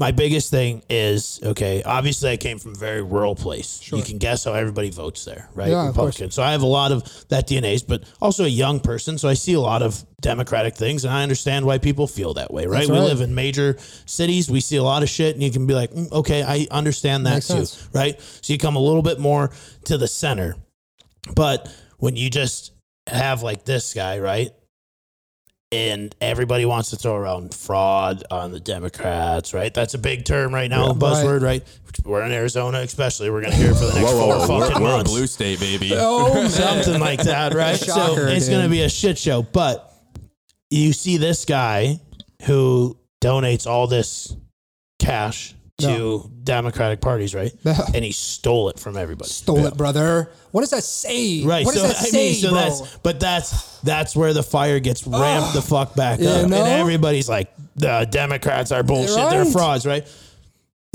B: my biggest thing is okay, obviously I came from a very rural place. You can guess how everybody votes there, right?
D: Yeah, of course.
B: Republican. So I have a lot of that DNA's, but also a young person, so I see a lot of democratic things and I understand why people feel that way, right?
D: That's
B: We
D: right.
B: live in major cities, we see a lot of shit and you can be like, "Mm, "Okay, I understand that
D: Makes
B: too."
D: sense.
B: Right? So you come a little bit more to the center. But when you just have like this guy, right? And everybody wants to throw around fraud on the Democrats, right? That's a big term right now, buzzword, right? We're in Arizona, especially. We're going to hear it for the next four fucking months
C: state, baby.
D: Oh,
B: something like that, right? so
D: Shocker,
B: it's
D: dude.
B: going to be a shit show. But you see this guy who donates all this cash to Democratic parties, right?
D: Yeah.
B: And he stole it from everybody.
D: Stole it, brother. What does that say?
B: Right.
D: What
B: so
D: does that say,
B: so
D: bro?
B: that's but that's that's where the fire gets ramped the fuck back
D: You
B: up.
D: know?
B: And everybody's like, the Democrats are bullshit, they're
D: Right.
B: frauds, right?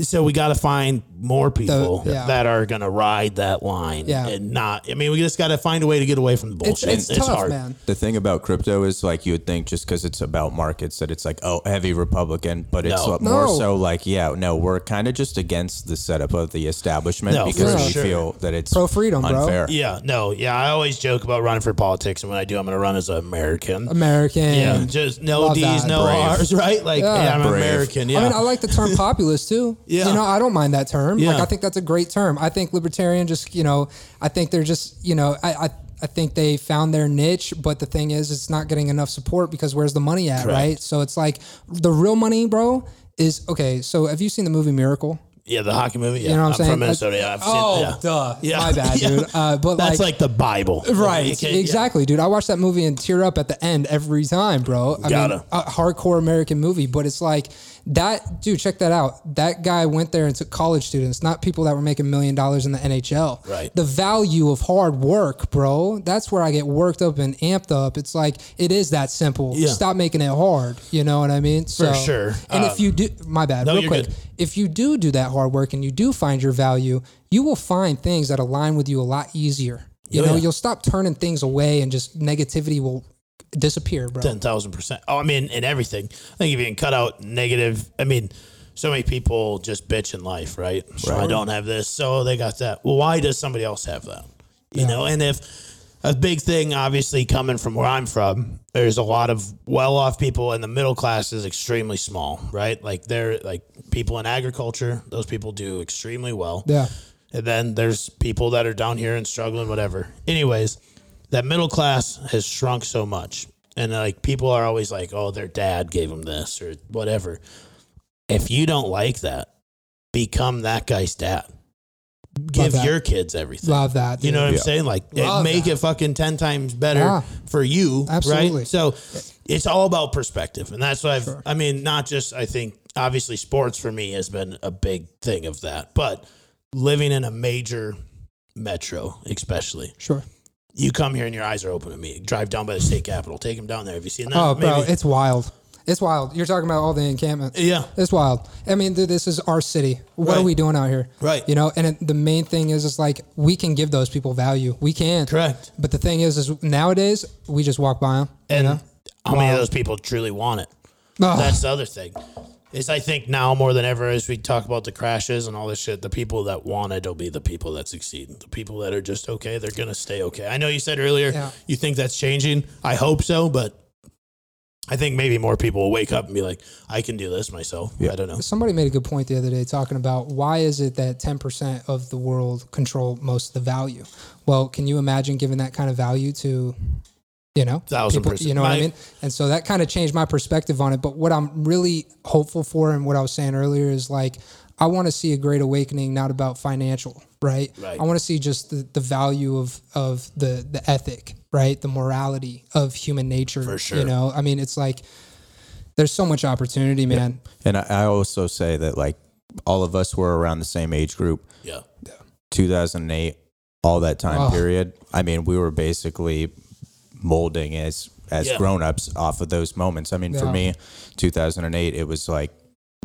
B: So we gotta find more people
D: yeah.
B: that are gonna ride that line.
D: Yeah.
B: And not I mean, we just gotta find a way to get away from the
D: it's,
B: bullshit.
D: it's, tough,
B: hard.
D: man.
C: The thing about crypto is like you would think just because it's about markets that it's like oh heavy Republican, but it's
B: No.
C: more
D: No.
C: so like yeah no we're kind of just against the setup of the establishment
B: No,
C: because
B: for
C: we
B: sure.
C: feel that it's
D: Pro freedom, bro.
C: unfair.
B: Yeah, no, yeah. I always joke about running for politics and when I do I'm gonna run as an American.
D: American.
B: Yeah. Just no
D: Love
B: D's,
D: that.
B: no
C: Brave.
B: R's, right? Like
D: Yeah.
B: yeah, I'm
C: Brave.
B: American. Yeah.
D: I mean, I like the term populist too.
B: Yeah.
D: You know, I don't mind that term.
B: Yeah.
D: Like, I think that's a great term. I think libertarian just, you know, I think they're just, you know, I, I, I think they found their niche, but the thing is, it's not getting enough support because where's the money at, right? So it's like the real money, bro, is okay. So have you seen the movie Miracle?
B: yeah, the hockey movie. Yeah.
D: You know what I'm
B: I'm,
D: saying?
B: from Minnesota. Yeah, I've seen
D: oh,
B: yeah.
D: duh.
B: Yeah.
D: My bad,
B: Yeah.
D: dude. Uh, but
B: That's
D: like
B: like, the Bible.
D: Right,
B: Okay, yeah.
D: exactly, dude. I watch that movie and tear up at the end every time, bro. I mean,
B: Gotta.
D: a hardcore American movie, but it's like that, dude. Check that out. That guy went there and took college students, not people that were making million dollars in the NHL.
B: Right.
D: The value of hard work, bro. That's where I get worked up and amped up. It's like it is that simple.
B: Yeah.
D: Stop making it hard. You know what I mean? So,
B: sure.
D: And
B: Um,
D: if you do, my bad. real
B: you're
D: quick.
B: good.
D: If you do do that hard work and you do find your value, you will find things that align with you a lot easier. You
B: Oh,
D: know,
B: yeah.
D: you'll stop turning things away and just negativity will disappear, bro.
B: ten thousand percent. Oh, I mean, in everything. I think if you can cut out negative, I mean, so many people just bitch in life, right? So I don't have this, so they got that. Well, why does somebody else have that? You know, and if a big thing, obviously, coming from where I'm from, there's a lot of well-off people, and the middle class is extremely small, right? Like they're like people in agriculture; those people do extremely well.
D: Yeah.
B: And then there's people that are down here and struggling, whatever. Anyways, that middle class has shrunk so much. And like people are always like, oh, their dad gave them this or whatever. If you don't like that, become that guy's dad. Give
D: that.
B: your kids everything.
D: Love that.
B: You know what I'm
C: Yeah.
B: saying? Like, it-
D: Love
B: make
D: that.
B: it fucking 10 times better
D: Yeah.
B: for you.
D: Absolutely.
B: Right. So it's all about perspective. And that's what I've, I mean, not just, I think, obviously, sports for me has been a big thing of that, but living in a major metro, especially,
D: Sure.
B: you come here and your eyes are open to me. Drive down by the state capitol. Take him down there. Have you seen that?
D: Oh, bro,
B: uh, Maybe.
D: it's wild. It's wild. You're talking about all the encampments.
B: Yeah.
D: It's wild. I mean, dude, this is our city. What are
B: Right.
D: we doing out here?
B: Right.
D: You know, and it, the main thing is, is like we can give those people value. We can.
B: Correct.
D: But the thing is, is nowadays we just walk by them.
B: and
D: you know?
B: how many of those people truly want it?
D: Ugh.
B: That's the other thing. Is I think now more than ever, as we talk about the crashes and all this shit, the people that want it will be the people that succeed. The people that are just okay, they're gonna stay okay. I know you said earlier
D: Yeah.
B: you think that's changing. I hope so, but I think maybe more people will wake up and be like, I can do this myself. I don't know.
D: Somebody made a good point the other day talking about why is it that 10% of the world control most of the value? Well, can you imagine giving that kind of value to, you know,
B: Thousand
D: people-
B: percent.
D: You know what I
B: My-
D: mean? And so that kind of changed my perspective on it. But what I'm really hopeful for and what I was saying earlier is like, I want to see a great awakening, not about financial, right?
B: Right.
D: I want to see just the, the value of, of the, the ethic, right? The morality of human nature. For
B: sure.
D: You know, I mean, it's like, there's so much opportunity, man.
C: And I, I also say that like all of us were around the same age group,
B: Yeah.
C: 2008, all that time
D: Oh.
C: period. I mean, we were basically molding as as
B: Yeah.
C: grown ups off of those moments. I mean, for
D: Yeah.
C: me, 2008, it was like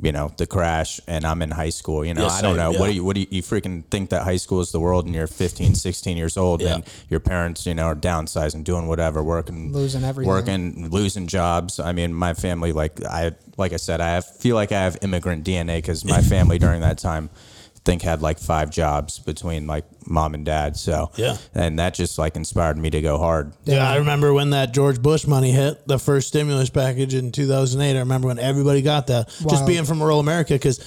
C: you know, the crash and I'm in high school, you know,
E: Yeah,
C: I don't
E: same,
C: know. What
E: yeah.
C: do you, what do you, you freaking think that high school is the world and you're 15, 16 years old and your parents, you know, are downsizing, doing whatever, working,
D: Losing everything.
C: working, losing jobs. I mean, my family, like I, like I said, I have, feel like I have immigrant DNA cause my family during that time, I think had like five jobs between like mom and dad. So,
E: Yeah.
C: and that just like inspired me to go hard.
B: Yeah, I remember when that George Bush money hit, the first stimulus package in 2008. I remember when everybody got that. Just
D: Wow.
B: being from rural America, because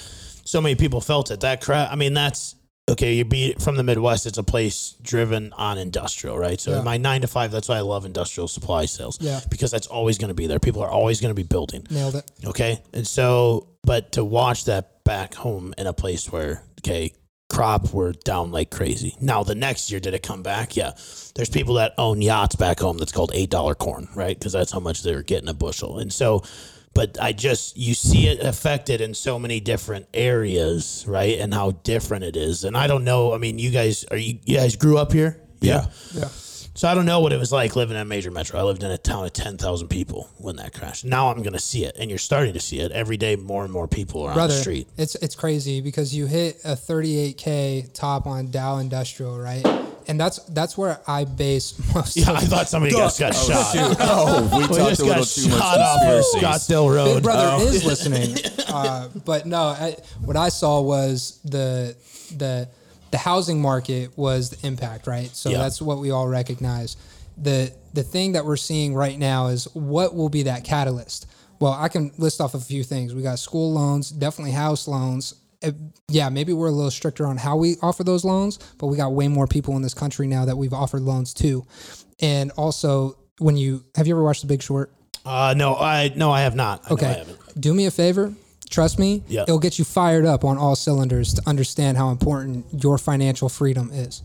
B: so many people felt it. That crap. I mean, that's okay. You be from the Midwest. It's a place driven on industrial, right? So
D: Yeah.
B: my nine to five. That's why I love industrial supply sales.
D: Yeah.
B: because that's always going to be there. People are always going to be building.
D: Nailed it.
B: Okay. And so, but to watch that back home in a place where, okay, crop were down like crazy. Now, the next year, did it come back? Yeah. There's people that own yachts back home that's called $8 corn, right? Because that's how much they're getting a bushel. And so, but I just, you see it affected in so many different areas, right? And how different it is. And I don't know. I mean, you guys, are you, you guys grew up here?
C: Yeah.
D: Yeah.
B: So I don't know what it was like living in a major metro. I lived in a town of 10,000 people when that crashed. Now I'm going to see it, and you're starting to see it every day. More and more people are on
D: brother,
B: the street.
D: it's it's crazy because you hit a 38k top on Dow Industrial, right? And that's that's where I base most.
B: Yeah,
D: of
B: I thought somebody just got shot.
C: Shoot. Oh, we
B: We
C: talked
B: just
C: a little
B: got
C: too much
B: shot off of
C: conspiracies.
B: Scottsdale
D: Big
B: Road. Um, Oh.
D: Brother is listening, uh, but no. I, what I saw was the the the housing market was the impact, right? So
B: Yeah.
D: that's what we all recognize. the The thing that we're seeing right now is what will be that catalyst. Well, I can list off a few things. We got school loans, definitely house loans. Uh, yeah, maybe we're a little stricter on how we offer those loans, but we got way more people in this country now that we've offered loans to. And also, when you have you ever watched The Big Short?
B: Uh, no, I no, I have not. I know I
D: Okay.
B: haven't.
D: Do me a favor. Trust me,
B: Yeah.
D: it'll get you fired up on all cylinders to understand how important your financial freedom is.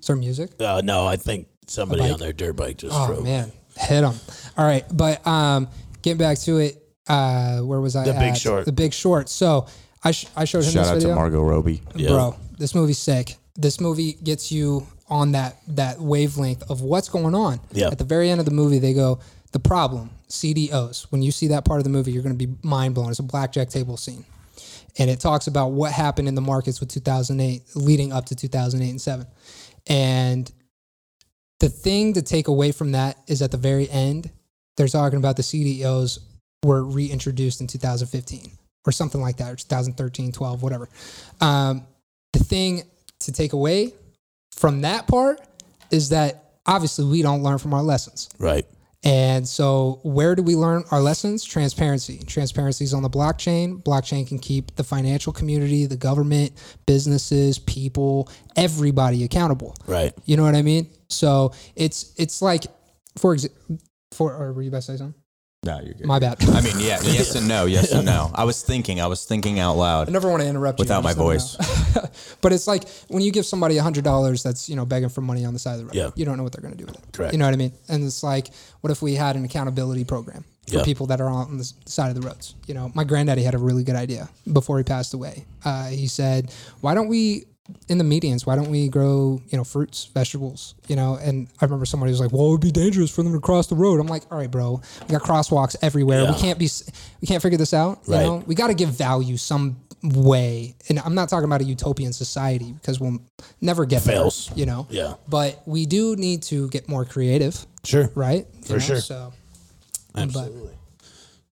D: Is there music?
B: Uh, no, I think somebody
D: bike?
B: on their dirt bike just
D: Oh,
B: drove.
D: man. Hit them. All right. But um, getting back to it, uh, where was I?
B: The Big
D: at?
B: Short.
D: The Big Short. So I, sh- I showed him
C: Shout
D: this
C: out
D: video.
C: to Margot Robbie.
B: Yeah.
D: bro this movie's sick this movie gets you on that that wavelength of what's going on
B: Yeah.
D: at the very end of the movie they go the problem cdos when you see that part of the movie you're going to be mind blown it's a blackjack table scene and it talks about what happened in the markets with 2008 leading up to 2008 and 7 and the thing to take away from that is at the very end they're talking about the cdos were reintroduced in 2015 or something like that or 2013 12 whatever um, the thing to take away from that part is that obviously we don't learn from our lessons
B: Right.
D: and so, where do we learn our lessons? Transparency. Transparency is on the blockchain. Blockchain can keep the financial community, the government, businesses, people, everybody accountable.
B: Right.
D: You know what I mean? So it's it's like, for example, for or were you about to say something?
C: No, you're good.
D: My bad.
C: I mean, yeah, yes and no, yes and no. I was thinking, I was thinking out
D: I
C: loud
D: never want to interrupt you.
C: without my
D: Just let me
C: voice.
D: know. But it's like when you give somebody hundred dollars that's you know begging for money on the side of the road.
B: Yeah.
D: You don't know what they're going to do with it.
B: Correct.
D: You know what I mean? And it's like, what if we had an accountability program for
B: Yeah.
D: people that are on the s- side of the roads? You know, my granddaddy had a really good idea before he passed away. Uh, he said, "Why don't we?" In the meetings, why don't we grow, you know, fruits, vegetables, you know? And I remember somebody was like, "Well, it would be dangerous for them to cross the road." I'm like, "All right, bro, we got crosswalks everywhere. We
B: Yeah.
D: can't be, s- we can't figure this out. You
B: Right.
D: know, we got to give value some way and i'm not talking about a utopian society because we'll never get
B: Fails.
D: there you know
B: Yeah.
D: but we do need to get more creative
B: Sure.
D: right You
B: For
D: know,
B: sure.
D: so
B: Absolutely.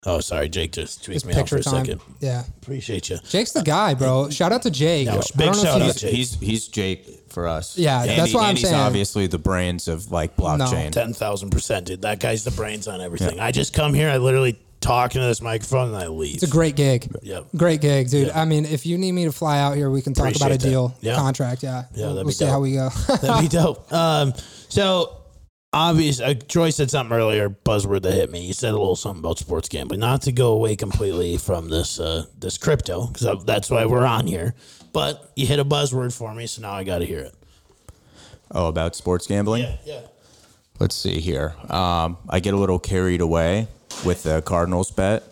B: Oh, sorry, Jake just tweaked
D: it's
B: me out for
D: picture
B: a
D: time
B: second.
D: yeah
B: Appreciate you.
D: jake's the guy bro shout out to jake
B: No,
D: I
B: big
D: don't know if
B: shout
D: you-
B: out.
C: He's, he's he's Jake for us.
D: Yeah, that's what I'm
C: Andy's
D: saying.
C: obviously the brains of like blockchain.
B: Ten thousand percent, dude. That guy's the brains on everything. I just come here, I literally talk into this microphone, and I leave.
D: it's a great gig
B: Yeah.
D: great gig dude i mean if you need me to fly out here we can talk about a
B: Appreciate that.
D: deal
B: Yeah.
D: contract yeah,
B: that'd
D: we'll,
B: be
D: see
B: dope.
D: how we go
B: That'd be dope. Um, so obvious. Uh, Troy said something earlier, buzzword that hit me. He said a little something about sports gambling. Not to go away completely from this uh, this crypto because that's why we're on here. But you hit a buzzword for me, so now I got to hear it.
C: Oh, about sports gambling.
B: Yeah.
C: Let's see here. Um, I get a little carried away with the Cardinals bet,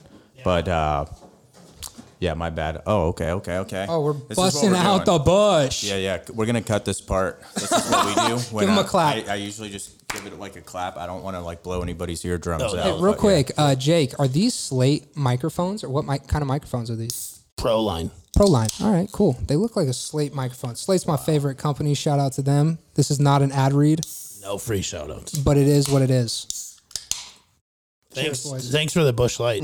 C: but uh, Yeah, my bad. Oh, okay, okay, okay.
D: Oh, we're
C: This is what
D: busting
C: we're
D: out
C: doing.
D: the bush.
C: Yeah, yeah. We're gonna cut this part. This is what we do. When
D: him a
C: I-
D: clap.
C: I, I usually just give it like a clap. I don't want to like blow anybody's eardrums out.
D: Hey, real
C: but yeah.
D: quick, uh, Jake, are these slate microphones or what mi- kind of microphones are these?
B: Pro line.
D: Proline. All right, cool. They look like a slate microphone. Slate's my favorite company. Shout out to them. This is not an ad read,
B: No free shout outs.
D: but it is what it is.
B: Thanks,
D: boys.
B: thanks for the bush light.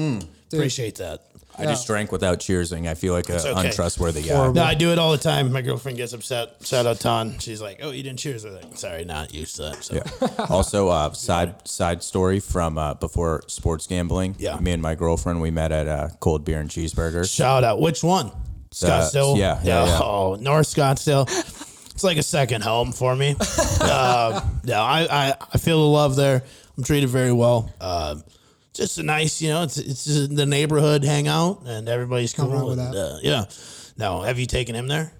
B: Appreciate that.
C: I just
D: uh,
C: drank without cheersing. I feel like an
B: okay.
C: untrustworthy guy.
B: No, I do it all the time. My girlfriend gets upset. Shout out Ton. She's like, "Oh, you didn't cheers." I'm like, "Sorry, not used to that." So.
C: Yeah. also, uh, side side story from uh, before sports gambling.
B: Yeah.
C: Me and my girlfriend, we met at uh, Cold Beer and Cheeseburger.
B: Shout out. Which one? Scottsdale.
C: yeah, yeah, yeah.
B: Oh, North Scottsdale. It's like a second home for me. uh, no, I, I I feel the love there. I'm treated very well. Uh, just a nice, you know, it's it's just the neighborhood hangout, and everybody's cool.
D: wrong with
B: and,
D: that.
B: Uh, yeah. Now, have you taken him there?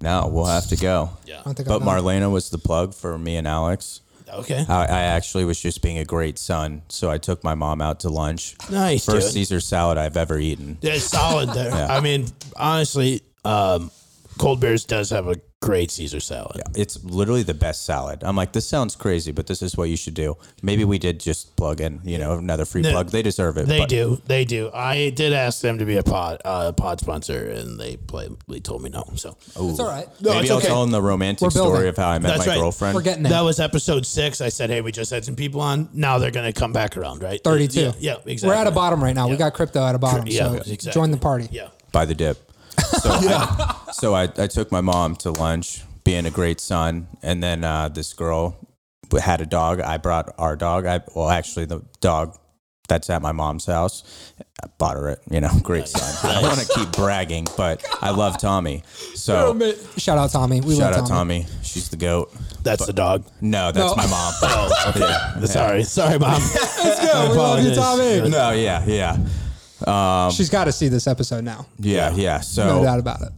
C: Now we'll have to go.
B: Yeah.
D: I don't think
C: But
D: I know.
C: Marlena was the plug for me and Alex.
B: Okay.
C: I, I actually was just being a great son, so I took my mom out to lunch.
B: Nice,
C: First
B: dude.
C: Caesar salad I've ever eaten.
B: Yeah, it's solid there. I mean, honestly, um, Cold Bears does have a great Caesar salad.
C: It's literally the best salad. I'm like, this sounds crazy, but this is what you should do. Maybe we did just plug in, you know, another free
B: No,
C: plug. They deserve it.
B: They
C: but-
B: do. They do. I did ask them to be a pod uh, pod sponsor, and they politely told me no. So
D: It's all right.
B: No,
C: Maybe
B: it's
C: I'll
B: okay.
C: tell them the
D: We're
C: romantic
D: building.
C: story of how I met
B: That's
C: my
B: right.
C: girlfriend.
D: We're getting there.
B: that was episode six. I said, hey, we just had some people on. Now they're going to come back around, right?
D: 32.
B: Yeah, yeah, exactly.
D: We're at a bottom right now. We got crypto at a bottom.
B: Yeah,
D: so
B: exactly.
D: join the party.
B: Yeah.
C: by the dip. So, I, so I, I took my mom to lunch, being a great son, and then uh, this girl w- had a dog. I brought our dog. I well, actually, the dog that's at my mom's house. I bought her it. You know, great son. I don't want to keep bragging, but I love Tommy. So
D: Shout out Tommy. We
C: shout
D: love
C: out Tommy. She's the goat.
B: That's the dog.
C: No, that's
D: No. Oh,
C: my mom. Yeah.
B: Sorry. Sorry, mom. Let's
D: go. We love you, Tommy.
C: No, yeah, yeah,
D: She's got to see this episode now.
C: yeah, yeah.
D: No
C: So
D: doubt about it.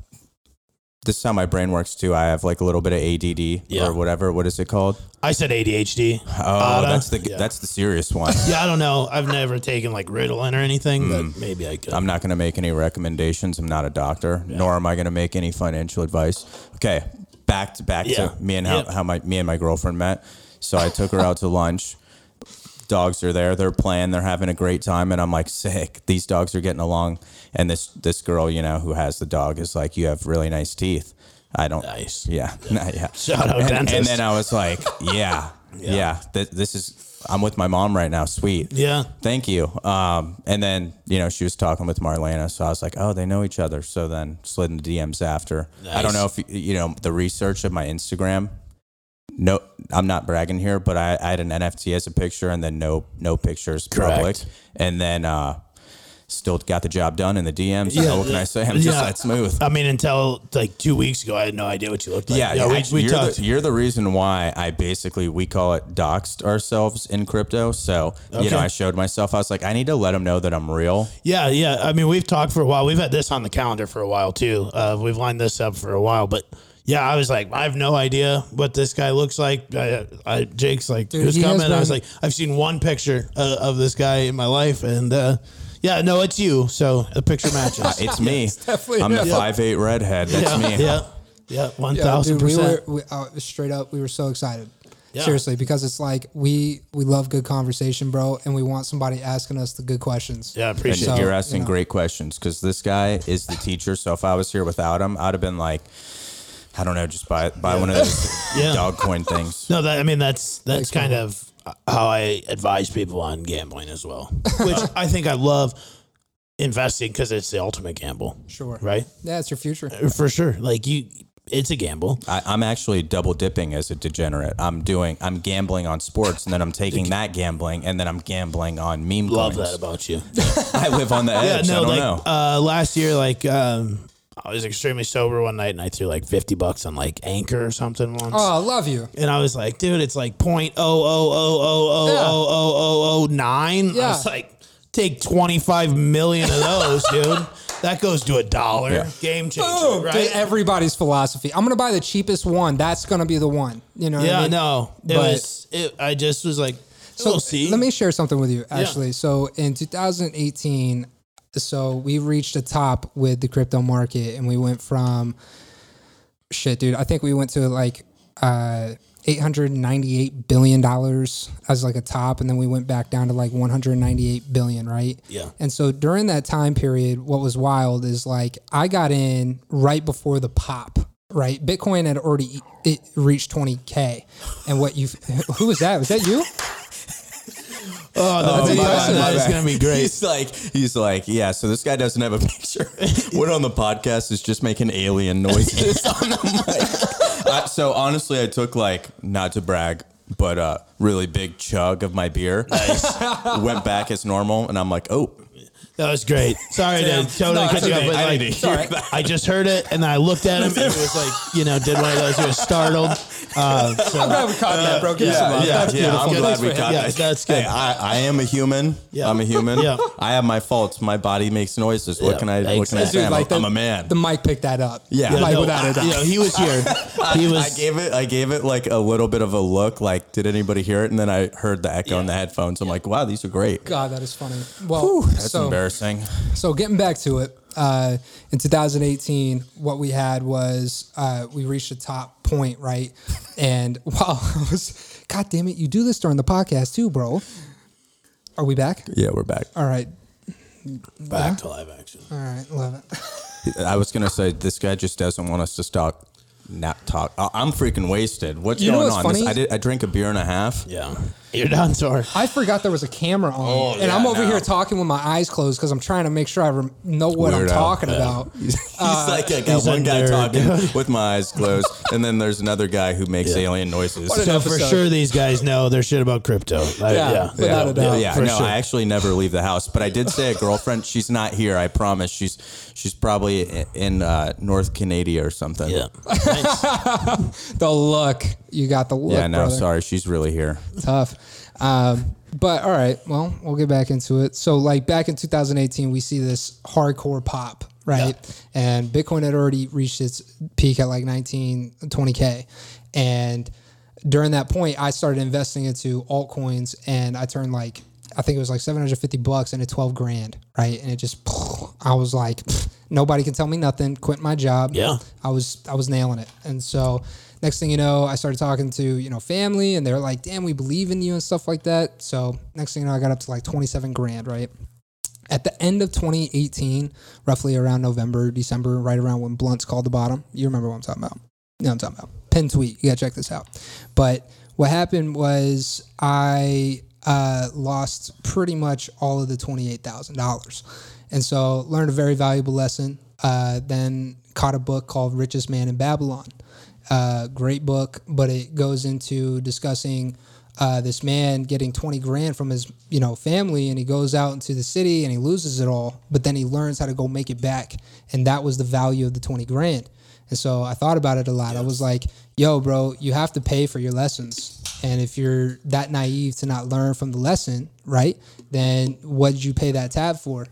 C: this is how my brain works too. I have like a little bit of ADD
B: Yeah.
C: or whatever. What is it called?
B: I said ADHD.
C: Oh,
B: Ada.
C: that's the
B: Yeah.
C: that's the serious one.
B: yeah, I don't know. I've never taken like Ritalin or anything, but maybe I could.
C: Mm. I'm not going to make any recommendations. I'm not a doctor, nor am I going to make any financial advice. Okay, back to back
B: Yeah.
C: to me and how,
B: Yeah.
C: how my me and my girlfriend met. So I took her out to lunch. Dogs are there. They're playing. They're having a great time, and I'm like, sick. These dogs are getting along. And this this girl, you know, who has the dog, is like, you have really nice teeth. I don't.
B: Nice.
C: Yeah. yeah.
B: Shout out
C: and,
B: dentist.
C: and then I was like, yeah, yeah. th- this is. I'm with my mom right now. Sweet.
B: yeah.
C: Thank you. Um, and then you know she was talking with Marlena, so I was like, oh, they know each other. So then slid into DMs after. I don't know if you know the research of my Instagram. No, I'm not bragging here, but I, I had an NFT as a picture, and then no no pictures public,
B: Correct.
C: and then uh, still got the job done in the DMs. Yeah, what can I say? I'm just
B: Yeah.
C: that smooth.
B: I mean, until like two weeks ago, I had no idea what you looked like.
C: Yeah, yeah.
B: we,
C: actually,
B: we
C: you're,
B: talked.
C: the, you're the reason why I basically we call it doxed ourselves in crypto. So you
B: Okay.
C: know, I showed myself. I was like, I need to let them know that I'm real.
B: Yeah, yeah. I mean, we've talked for a while. We've had this on the calendar for a while too. Uh, we've lined this up for a while, but yeah, I was like, I have no idea what this guy looks like. I, I, Jake's like,
D: Dude,
B: who's
D: he has
B: coming? I was
D: been-
B: like, I've seen one picture uh, of this guy in my life, and uh, yeah, no, it's you. So the picture matches.
C: It's me.
D: definitely
C: I'm the
D: him.
C: five eight redhead. That's
B: yeah,
C: me.
B: yeah, yeah, one
D: Yeah,
B: thousand
D: dude, we were
B: percent.
D: we, uh, straight up. We were so excited.
B: Yeah.
D: Seriously, because it's like we we love good conversation, bro, and we want somebody asking us the good questions.
B: Yeah, I
C: And
B: appreciate
D: So-
B: it.
C: you're asking
D: you know.
C: great questions because this guy is the teacher. So if I was here without him, I'd have been like, I don't know, just buy buy one of those
B: Yeah.
C: dog coin things.
B: No, that, I mean that's that's kind of how I advise people on gambling as well, which I think I love investing because it's the ultimate gamble.
D: Sure.
B: Right.
D: Yeah, it's your future.
B: for sure. Like you, it's a gamble.
C: I, I'm actually double dipping as a degenerate. I'm doing I'm gambling on sports, and then I'm taking that gambling, and then I'm gambling on meme
B: Love
C: coins.
B: that about you.
C: I live on the
B: yeah,
C: edge. I
B: no,
C: don't
B: like
C: know.
B: uh, last year, like um, I was extremely sober one night, and I threw like fifty bucks on like Anchor or something once.
D: Oh, I love you.
B: And I was like, dude, it's like point oh oh oh oh oh
D: Yeah.
B: oh oh oh oh nine. I
D: Yeah.
B: was like, take twenty five million of those, dude. That goes to a dollar.
C: Yeah.
B: Game changer,
D: Boom.
B: right?
D: Dude, everybody's philosophy. I'm gonna buy the cheapest one. That's gonna be the one. You know.
B: yeah,
D: what I mean?
B: no. It
D: But-
B: was. It, I just was like,
D: So
B: we'll see.
D: let me share something with you, actually. So in 2018, So we reached a top with the crypto market and we went from shit, dude. I think we went to like uh, $898 billion as like a top. And then we went back down to like 198 billion, right?
B: Yeah.
D: And so during that time period, what was wild is like I got in right before the pop. Right, Bitcoin had already it reached twenty k, and what you who was that? Was that you?
B: Oh, that's
C: Oh, my
B: awesome.
C: bad, my
B: That is
C: bad.
B: gonna be great.
C: He's like, he's like, yeah. So this guy doesn't have a picture. what on the podcast is just making alien noises on the mic. I, so honestly, I took like, not to brag, but a really big chug of my beer. Went back as normal, and I'm like, oh,
B: That was great. Sorry to totally
C: No,
B: cut
C: it's
B: you off,
C: okay.
B: but
C: I
B: like,
C: need to hear Sorry. that.
B: I just heard it and I looked at him and it was like, you know, did one of those. He was startled. Uh, so,
D: I'm glad we caught that, bro. Give us a
C: yeah,
D: month.
C: yeah,
B: That's
C: yeah. I'm
B: beautiful.
C: glad we
B: Good.
C: got
B: Yeah,
C: that.
B: that's good.
C: Hey, I, I am a human.
B: Yeah.
C: I'm a human.
B: Yeah.
C: I have my faults. My body makes noises. What
B: Yeah.
C: can I? What can I
B: Exactly.
C: say? I'm,
D: like
C: a- I'm a man.
D: The mic picked that up.
C: Yeah.
D: like
B: no,
D: without a doubt.
B: you know, he was here. He was.
C: I gave it I gave it like a little bit of a look like did anybody hear it and then I heard the echo in the headphones I'm like wow these are great
D: God, that is funny. Well,
C: that's
D: so
C: embarrassing
D: so getting back to it, uh, in 2018, what we had was uh, we reached a top point, right? And while I was, God damn it, you do this during the podcast too, bro. Are we back?
C: yeah we're back
D: All right,
B: back to live action.
D: all right, love it.
C: I was gonna say this guy just doesn't want us to talk not talk I- I'm freaking wasted what's
D: You know
C: going
D: what's
C: on This-
D: funny?
C: I did I drink a beer and a half
B: Yeah. You're done, sorry.
D: I forgot there was a camera on,
C: Oh,
D: and I'm
C: yeah,
D: over
C: no.
D: here talking with my eyes closed because I'm trying to make sure I rem- know what I'm
C: Weirdo.
D: talking about.
C: He's
D: Uh,
C: like I got
B: he's
C: one
B: a
C: guy
B: nerd,
C: talking with my eyes closed, and then there's another guy who makes alien noises.
D: What an
B: So for
D: episode.
B: sure, these guys know their shit about crypto. I-
D: Yeah,
B: yeah.
D: without a doubt.
C: Yeah,
B: For
C: no,
B: sure.
C: I actually never leave the house. But I did say a girlfriend. she's not here. I promise. She's she's probably i- in uh, North Canada or something.
B: Yeah.
D: The look you got, the look.
C: Yeah. No,
D: brother.
C: sorry. She's really here.
D: tough. Um, but all right, well, we'll get back into it. So, like back in 2018, we see this hardcore pop, right? And Bitcoin had already reached its peak at like 19, 20K. And during that point, I started investing into altcoins and I turned like, I think it was like 750 bucks into 12 grand, right? And it just, I was like, nobody can tell me nothing, quit my job.
B: Yeah.
D: I was I was nailing it. And so next thing you know, I started talking to, you know, family and they're like, "Damn, we believe in you" and stuff like that. So next thing you know, I got up to like 27 grand, right? At the end of 2018, roughly around November, December, right around when Blunt's called the bottom. You remember what I'm talking about. You know what I'm talking about. Pin tweet. You gotta check this out. But what happened was I uh, lost pretty much all of the twenty eight thousand dollars, and so learned a very valuable lesson. Uh, then caught a book called Richest Man in Babylon. Uh, great book, but it goes into discussing uh, this man getting 20 grand from his you know family and he goes out into the city and he loses it all but then he learns how to go make it back and that was the value of the 20 grand and so i thought about it a lot i was like yo bro you have to pay for your lessons and if you're that naive to not learn from the lesson right then what did you pay that tab for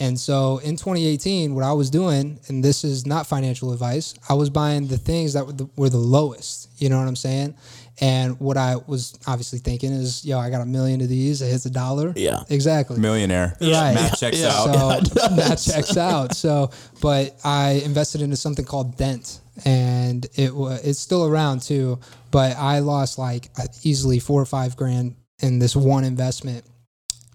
D: and so in 2018 what i was doing and this is not financial advice i was buying the things that were the, were the lowest you know what i'm saying and what I was obviously thinking is, yo, I got a million of these. It hits a dollar.
B: Yeah.
D: Exactly.
C: Millionaire.
D: Right.
C: Math checks
B: Yeah.
C: out.
D: So that checks out. So, but I invested into something called Dent, and it was it's still around too. But I lost like easily four or five grand in this one investment,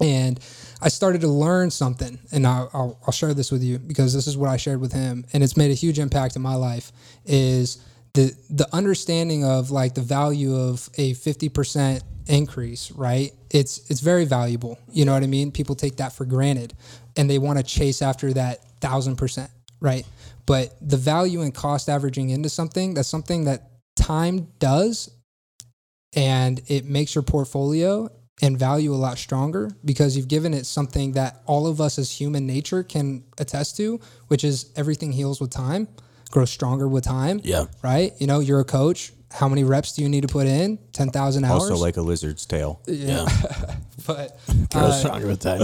D: and I started to learn something. And I, I'll, I'll share this with you because this is what I shared with him, and it's made a huge impact in my life. Is the the understanding of like the value of a fifty percent increase, right? It's it's very valuable. You know what I mean? People take that for granted and they want to chase after that thousand percent, right? But the value and cost averaging into something, that's something that time does and it makes your portfolio and value a lot stronger because you've given it something that all of us as human nature can attest to, which is everything heals with time, grows stronger with time.
B: Yeah.
D: Right? You know, you're a coach. How many reps do you need to put in? 10,000 hours.
C: Also like a lizard's tail.
B: Yeah.
D: but
B: I was stronger with time.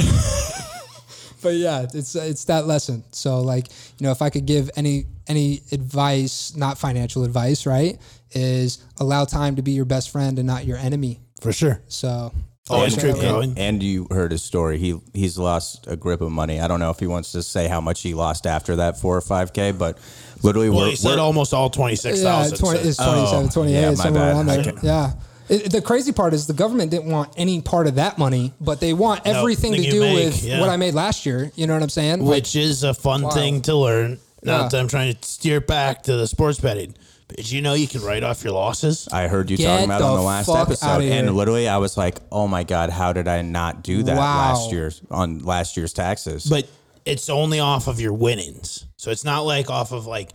D: but yeah, it's it's that lesson. So like, you know, if I could give any any advice, not financial advice, right, is allow time to be your best friend and not your enemy.
B: For sure.
D: So
B: Oh, it's
C: And-
B: true,
C: and-
B: Cohen.
C: And you heard his story. He he's lost a grip of money. I don't know if he wants to say how much he lost after that four or five k, but literally,
B: Well,
C: we're,
B: he said
C: we're-
B: almost all twenty six
D: Yeah,
B: thousand.
D: 20, it's 27, 28,
C: yeah, my
D: somewhere
C: bad.
D: around
C: I
D: there.
C: can't-
D: Yeah. It, the crazy part is the government didn't want any part of that money, but they want everything
B: thing
D: to
B: you
D: do
B: make,
D: with
B: yeah.
D: what I made last year. You know what I'm saying? Like,
B: which is a fun thing to learn. Now
D: Yeah.
B: that I'm trying to steer back to the sports betting, did you know you can write off your losses?
C: I heard you
D: Get
C: talking about it
D: the
C: on the last
D: fuck
C: episode,
D: outta here.
C: and literally, I was like, "Oh my god, how did I not do that
D: Wow.
C: last year on last year's taxes?"
B: But it's only off of your winnings, so it's not like off of like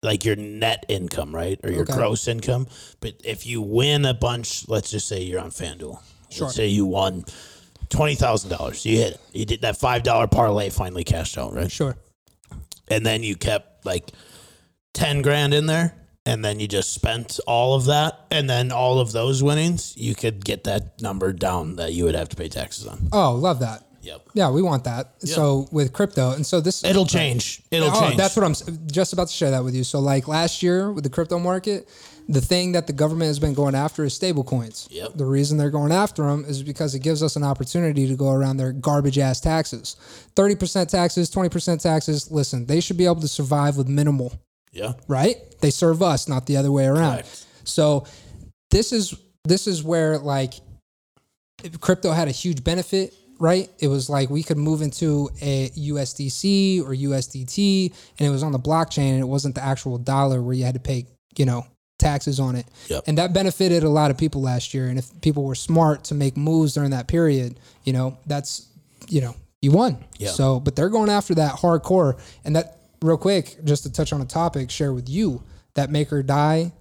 B: like your net income, right, or your
D: Okay.
B: gross income. But if you win a bunch, let's just say you're on FanDuel.
D: Sure.
B: Let's say you won twenty thousand dollars. You hit it. You did that five dollar parlay finally cashed out, right?
D: sure.
B: and then you kept like 10 grand in there and then you just spent all of that and then all of those winnings you could get that number down that you would have to pay taxes on
D: Oh, love that.
B: yep
D: Yeah, we want that. So with crypto, and so this
B: it'll change it'll
D: oh,
B: change
D: that's what I'm s- just about to share that with you. So, like last year with the crypto market, the thing that the government has been going after is stable coins.
B: Yep.
D: The reason they're going after them is because it gives us an opportunity to go around their garbage ass taxes 30% taxes, 20% taxes. Listen, they should be able to survive with minimal
B: yeah
D: right? They serve us, not the other way around.
B: Correct.
D: So this is this is where like crypto had a huge benefit, right? It was like we could move into a USDC or USDT and it was on the blockchain and it wasn't the actual dollar where you had to pay, you know, taxes on it.
B: Yep.
D: And that benefited a lot of people last year and if people were smart to make moves during that period, you know, that's you know, you won.
B: Yeah.
D: So, but they're going after that hardcore. And that, real quick, just to touch on a topic, share with you that make or die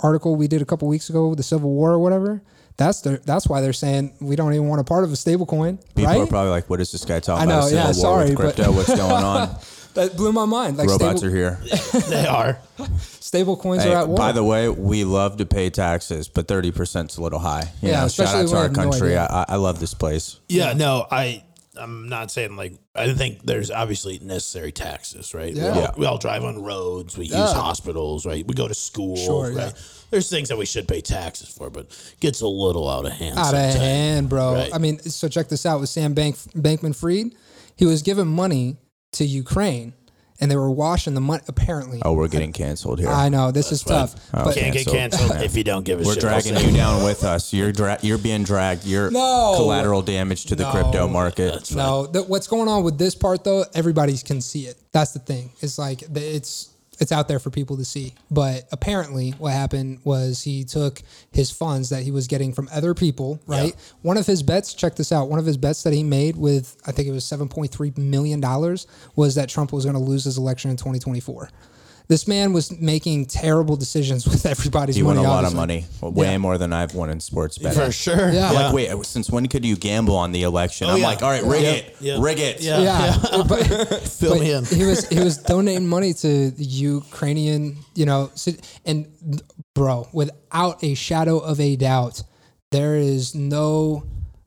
D: article we did a couple weeks ago, the Civil War or whatever. That's the that's why they're saying we don't even want a part of a stable coin,
C: People
D: right?
C: are probably like, "What is this guy talking
D: I know,
C: about? Civil
D: yeah,
C: war
D: sorry,
C: with
D: but-
C: crypto? What's going on?
D: that blew my mind. Like
C: Robots
D: stable,
C: are here."
B: they are
D: stable coins
C: Hey,
D: are at war.
C: by the way, we love to pay taxes, but thirty percent's a little high. You
D: Yeah,
C: know, shout
D: especially
C: out
D: when
C: to
D: I
C: our
D: have no
C: country.
D: idea.
C: I, I love this place.
B: yeah, no i i'm not saying like i think there's obviously necessary taxes right we,
D: Yeah.
B: all,
C: Yeah.
B: we all drive on roads we use hospitals right we go to school
D: Sure,
B: right
D: yeah.
B: there's things that we should pay taxes for but it gets a little out of hand
D: out of
B: sometimes.
D: hand, bro.
B: Right.
D: I mean, so check this out with Sam Bank, Bankman Fried. He was giving money to Ukraine and they were washing the money, apparently.
C: Oh, we're getting canceled here.
D: I know, this is
B: right.
D: tough. but
B: can't get
C: Canceled.
B: canceled if you don't give a
C: We're
B: shit.
C: dragging you down with us. You're dra- you're being dragged. You're
D: No.
C: collateral damage to the
D: No.
C: crypto market.
D: No, the, what's going on with this part though? Everybody can see it. That's the thing. It's like the- it's it's out there for people to see. But apparently, what happened was he took his funds that he was getting from other people. Right. One of his bets. Check this out. One of his bets that he made with I think it was seven point three million dollars was that Trump was going to lose his election in twenty twenty four. This man was making terrible decisions with everybody's
C: He won
D: money.
C: a lot of
D: obviously.
C: money, way more than I've won in sports betting.
B: for sure. Oh,
D: Yeah.
C: I'm like, wait, since when could you gamble on the election? I'm
B: yeah.
C: like, all right, rig
B: Yeah.
C: it,
B: Yeah.
C: rig it.
B: Yeah.
D: Yeah, but
B: Fill
D: But
B: me in.
D: he was he was donating money to the Ukrainian, you know, si- and bro, without a shadow of a doubt, there is no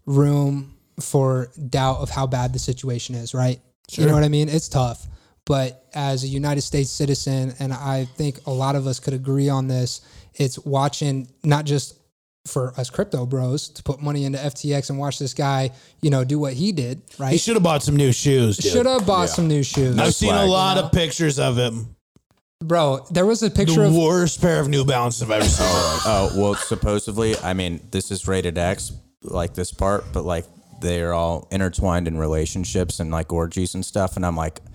D: room for doubt of how bad the situation is, right? You know what I mean? It's tough. But as a United States citizen, and I think a lot of us could agree on this, it's watching not just for us crypto bros to put money into FTX and watch this guy, you know, do what he did,
B: He
D: right?
B: should have bought some new shoes. Dude.
D: Should have bought some new shoes.
B: I've seen a
C: swag.
B: lot of pictures of him.
D: Bro, there was a
B: The
D: picture of
B: worst pair of New Balances I've ever seen.
C: Oh well, supposedly, I mean, this is rated X, like this part, but like they are all intertwined in relationships and like orgies and stuff. And I'm like,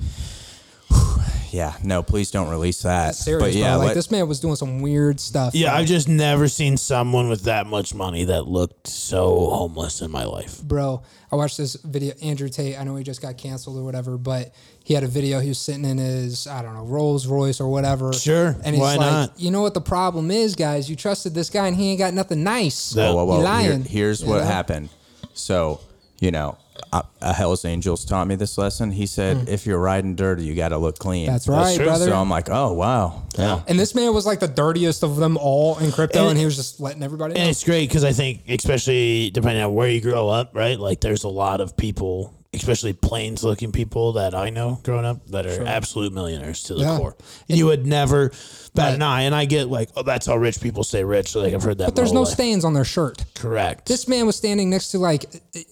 C: yeah, no, please don't release that.
D: serious,
C: but yeah,
D: bro. like
C: let-
D: this man was doing some weird stuff.
B: yeah, I've just never seen someone with that much money that looked so homeless in my life.
D: bro. I watched this video. Andrew Tate. I know he just got canceled or whatever, but he had a video. He was sitting in his I don't know Rolls Royce or whatever.
B: Sure,
D: And he's
B: why
D: like,
B: not?
D: you know what the problem is, guys? You trusted this guy and he ain't got nothing nice.
B: That-
C: whoa, whoa, whoa.
D: You lying.
C: here's
D: You
C: what
D: know?
C: happened. So, you know, a, a Hell's Angels taught me this lesson. He said, if you're riding dirty, you got to look clean.
D: Hmm. That's right,
B: true.
D: brother.
C: So I'm like, oh wow, yeah.
D: and this man was like the dirtiest of them all in crypto, and,
B: And-
D: he was just letting everybody know.
B: And it's great because I think, especially depending on where you grow up, right? Like, there's a lot of people especially plains looking people that I know growing up that are absolute millionaires to the
D: Yeah.
B: core. And you would never bat an eye. And I get like, oh, that's how rich people stay rich. Like I've heard that.
D: But there's
B: my
D: no
B: whole life.
D: stains on their shirt.
B: Correct.
D: This man was standing next to like,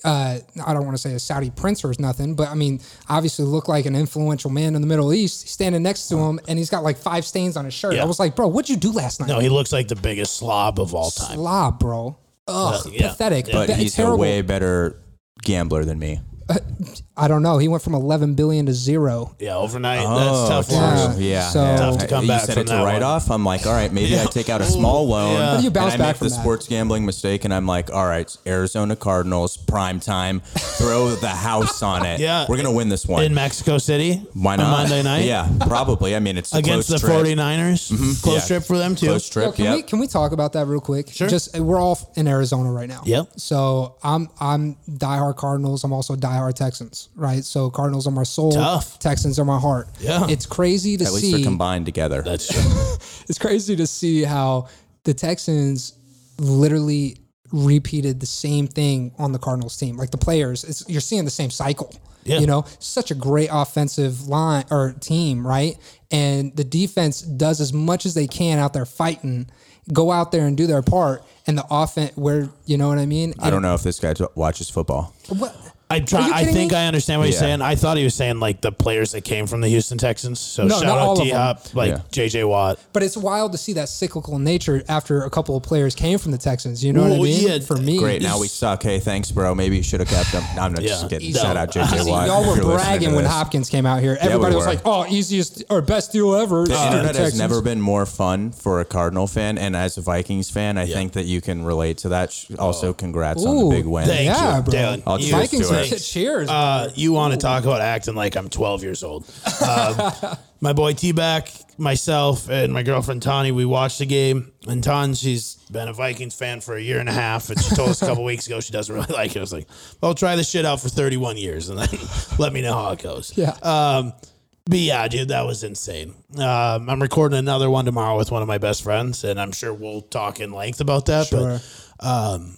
D: uh, I don't want to say a Saudi prince or nothing, but I mean, obviously looked like an influential man in the Middle East. He's standing next to him, and he's got like five stains on his shirt.
B: Yeah.
D: I was like, bro, what'd you do last night?
B: no, he looks like the biggest slob of all time.
D: Slob, bro. Ugh,
B: yeah.
D: pathetic.
C: But
D: That's
C: he's
D: terrible.
C: a way better gambler than me.
D: I don't know. He went from 11 billion to zero.
B: Yeah, overnight. that's tough.
C: Oh, true.
B: Yeah.
D: Yeah.
C: Yeah,
D: Um, So-
C: yeah.
D: Tough
B: to come
C: you
B: back
C: said
B: from
C: it's
B: that
C: a
B: one.
C: write-off. I'm like, all right, maybe I take out a small loan.
B: Yeah. How
D: do you bounce
C: and I
D: back
C: make
D: from
C: the
D: that?
C: sports gambling mistake, and I'm like, all right, Arizona Cardinals, prime time, throw the house on it.
B: Yeah.
C: we're gonna win this one.
B: In Mexico City.
C: Why
B: on
C: not?
B: Monday night.
C: Yeah, probably. I mean, it's a
B: Against the
C: close trip. Mm-hmm.
B: 49ers. Close
C: Yeah.
B: trip for them too.
C: Close
D: Yo,
C: trip.
D: can
C: Yeah.
D: we can we talk about that real quick?
B: Sure.
D: Just uh, we're all in Arizona right now.
B: Yep.
D: So I'm I'm diehard Cardinals. I'm also diehard Texans. Right. So Cardinals are my soul.
B: Tough.
D: Texans are my heart.
B: Yeah.
D: It's crazy to
C: At least
D: see.
C: they're combined together.
B: That's true.
D: it's crazy to see how the Texans literally repeated the same thing on the Cardinals team. Like the players, it's, you're seeing the same cycle.
B: Yeah.
D: You know, such a great offensive line or team, right? And the defense does as much as they can out there fighting, go out there and do their part. And the offense, where you know what I mean?
C: I don't know if this guy watches football.
D: What,
B: I try.
D: you
B: I
D: kidding
B: think
D: me?
B: I understand what he's
C: Yeah.
B: saying. I thought he was saying like the players that came from the Houston Texans. So
D: No,
B: shout
D: not all
B: out
D: of them.
B: D Hop, like
C: Yeah.
B: JJ Watt.
D: but it's wild to see that cyclical nature after a couple of players came from the Texans. You know what I
B: Well,
D: mean?
B: yeah,
D: For me,
C: Great. Now we suck. Hey, thanks, bro. Maybe you should have kept him. No, I'm not
B: Yeah.
C: just kidding.
B: No.
C: Shout out JJ Watt.
D: Y'all
C: if
D: were
C: you're listening
D: bragging
C: to
D: when
C: this.
D: Hopkins came out here. Everybody was
C: were.
D: like, "Oh, easiest or best deal ever."
C: The
D: Uh,
C: internet has
D: Texans.
C: never been more fun for a Cardinal fan, and as a Vikings fan, I think that you can relate to that. Sh- Also,
B: Oh.
C: congrats on
D: Ooh,
C: the big win.
B: Thank
D: Yeah,
B: you,
D: bro.
B: Dan.
C: I'll
B: You-
C: cheers to
D: Vikings are
C: it.
D: cheers.
B: Uh, you want to talk about acting like I'm 12 years old? Um, my boy T Back, myself, and my girlfriend Tani, we watched the game. And Tani, she's been a Vikings fan for a year and a half, and she told us a couple weeks ago she doesn't really like it. I was like, "Well, try this shit out for 31 years, and then let me know how it goes."
D: yeah,
B: But yeah, dude, that was insane. Um, I'm recording another one tomorrow with one of my best friends, and I'm sure we'll talk in length about that.
D: sure.
B: But um,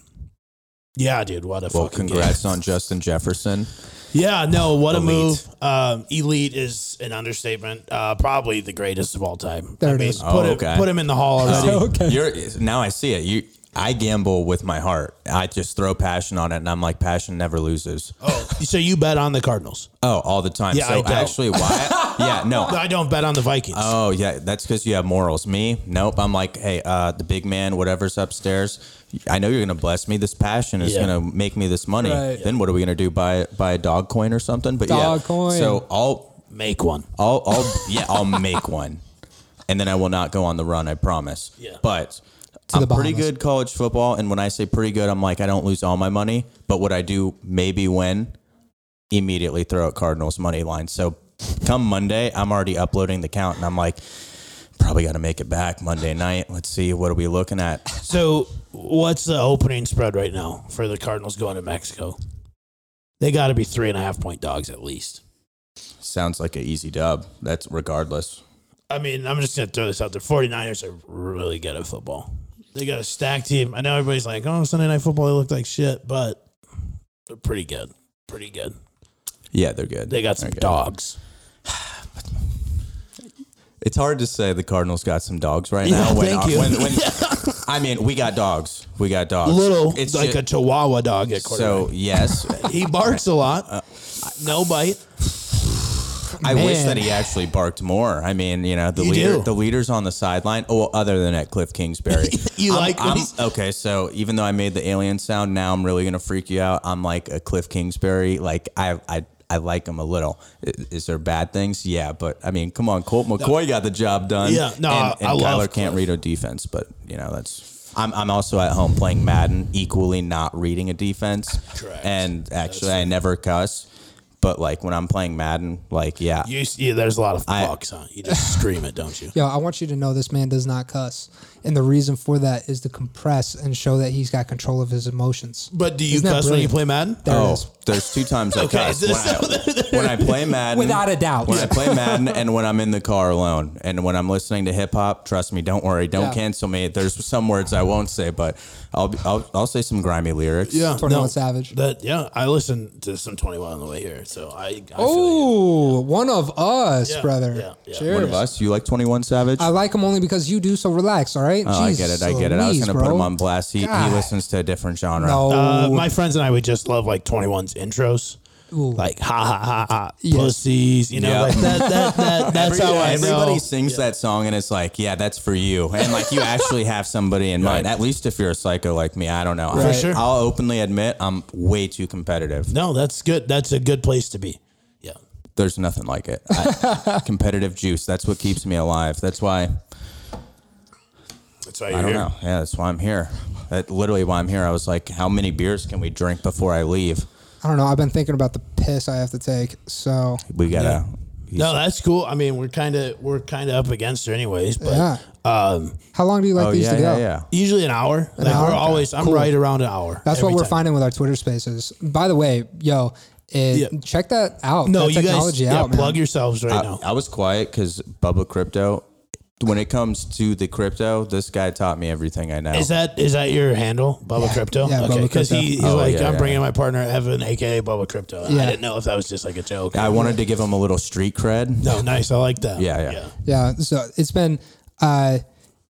B: yeah, dude, what a
C: Well,
B: fucking
C: congrats
B: game.
C: on Justin Jefferson.
B: Yeah, no, what a
C: Elite.
B: move. Um, elite is an understatement. Uh, probably the greatest of all time.
D: There
B: I
D: it
B: mean,
D: is.
B: Put,
C: Oh,
B: him,
C: okay.
B: put him in the hall already.
D: okay.
C: You're, now I see it. You, I gamble with my heart. I just throw passion on it, and I'm like, passion never loses.
B: Oh, so you bet on the Cardinals.
C: Oh, all the time.
B: Yeah,
C: so
B: I don't.
C: actually, why? yeah, no.
B: No, I don't bet on the Vikings.
C: Oh yeah, that's because you have morals. Me, nope. I'm like, hey, uh, the big man, whatever's upstairs. I know you're gonna bless me. This passion is
B: Yeah.
C: gonna make me this money.
D: Right.
C: Then what are we gonna do? Buy buy a dog coin or something? But
D: Dog
C: yeah,
D: coin.
C: so I'll
B: Make one.
C: I'll I'll yeah I'll make one, and then I will not go on the run. I promise.
B: Yeah.
C: But
D: the
C: I'm pretty
D: Bahamas.
C: good college football, and when I say pretty good, I'm like I don't lose all my money, but what I do maybe win, immediately throw at Cardinals money line. So come Monday, I'm already uploading the count, and I'm like. Probably got to make it back Monday night. Let's see what are we looking at.
B: So, what's the opening spread right now for the Cardinals going to Mexico? They got to be three and a half point dogs at least.
C: Sounds like an easy dub. That's regardless.
B: I mean, I'm just going to throw this out there. 49ers are really good at football. They got a stack team. I know everybody's like, oh, Sunday Night Football, they look like shit, but they're pretty good. Pretty good.
C: Yeah, they're good.
B: They got some
C: They're good.
B: dogs.
C: It's hard to say the Cardinals got some dogs right
B: Yeah,
C: now.
B: thank you.
C: When, when, I mean, we got dogs. We got dogs.
B: Little,
C: It's
B: like
C: ju-
B: a chihuahua dog at quarterback.
C: So uh, yes,
B: he barks a lot. no bite.
C: I wish
D: Man.
C: that he actually barked more. I mean, you know, the
B: You
C: leader,
B: do.
C: the leader's on the sideline. Oh, well, other than at Cliff Kingsbury,
B: You like when
C: I'm,
B: he's-
C: okay. So even though I made the alien sound, now I'm really gonna freak you out. I'm like a Cliff Kingsbury. Like I, I, I like him a little. I- Is there bad things? Yeah, but I mean, come on, Colt McCoy got the job done.
B: Yeah, no,
C: and,
B: I- I
C: and
B: love
C: Kyler can't read a defense, but you know that's. I'm, I'm also at home playing Madden, equally not reading a defense.
B: Correct.
C: And actually, I never cuss. But like when I'm playing Madden, like yeah,
B: You, s- yeah, there's a lot of
C: I-
B: fucks, huh? You just scream it, don't you?
D: Yo, I want you to know this man does not cuss. And the reason for that is to compress and show that he's got control of his emotions.
B: But do you
D: Isn't that
B: cuss when you
D: brilliant?
B: play Madden?
D: There it
C: oh,
D: is.
C: there's two times I
B: Okay,
C: cuss
B: so-
C: when, I, when I play Madden.
D: Without a doubt.
C: when I play Madden and when I'm in the car alone and when I'm listening to hip hop. Trust me, don't worry, don't
D: Yeah.
C: cancel me. There's some words I won't say, but I'll be- I'll, I'll say some grimy lyrics.
B: Yeah,
D: 21 Savage.
B: That yeah, I listened to some Twenty One on the way here, so I. I feel you.
D: Oh, one of us,
B: Yeah,
D: brother.
B: yeah, yeah.
D: Cheers.
C: One of us, you like 21 Savage?
D: I like him only because you do, so relax, all right?
C: Oh, I get it. I get it. I was going to put him on blast. He, he
D: God.
C: listens to a different genre.
D: No.
B: Uh, my friends and I would just love like 21's intros. Like ha ha ha ha pussies, you know,
C: Yeah.
B: like that, that, that that's how Oh, I
C: Everybody
B: know.
C: sings that song and it's like, yeah, that's for you. And like you actually have somebody in mind. At least if you're a psycho like me, I don't know. I,
B: For sure.
C: I'll openly admit I'm way too competitive.
B: No, that's good. That's a good place to be. Yeah.
C: There's nothing like it. I, competitive juice. That's what keeps me alive. That's why
B: That's why
C: I don't know. Yeah, that's why I'm here. That literally why I'm here. I was like, how many beers can we drink before I leave?
D: I don't know. I've been thinking about the piss I have to take. So,
C: We gotta.
B: No, that's cool. I mean, we're kind of we're kind of up against her anyways, but
D: yeah.
B: um,
D: How long do you like
C: Oh
D: these
C: yeah,
D: to go?
C: yeah, yeah.
B: usually an hour. like
D: hour?
B: we're always, I'm right around an hour.
D: That's what
B: every
D: we're
B: time.
D: finding with our Twitter spaces. By the way, yo, it,
B: Yeah.
D: check that out.
B: No,
D: that
B: you guys,
D: technology
B: yeah,
D: out, man. Uh,
B: plug yourselves right
C: I,
B: now.
C: I was quiet because Bubba Crypto. When it comes to the crypto, this guy taught me everything I know.
B: Is that is that your handle, Bubba Crypto?
D: yeah,
B: okay,
D: Bubba
B: because
D: Crypto.
B: he, he's
C: Oh,
B: like,
C: yeah,
B: I'm
C: yeah.
B: bringing my partner Evan, aka Bubba Crypto. I
D: Yeah.
B: didn't know if that was just like a joke.
C: I wanted to give him a little street cred.
B: No, nice. I like that.
C: Yeah, yeah.
D: Yeah. So it's been, uh,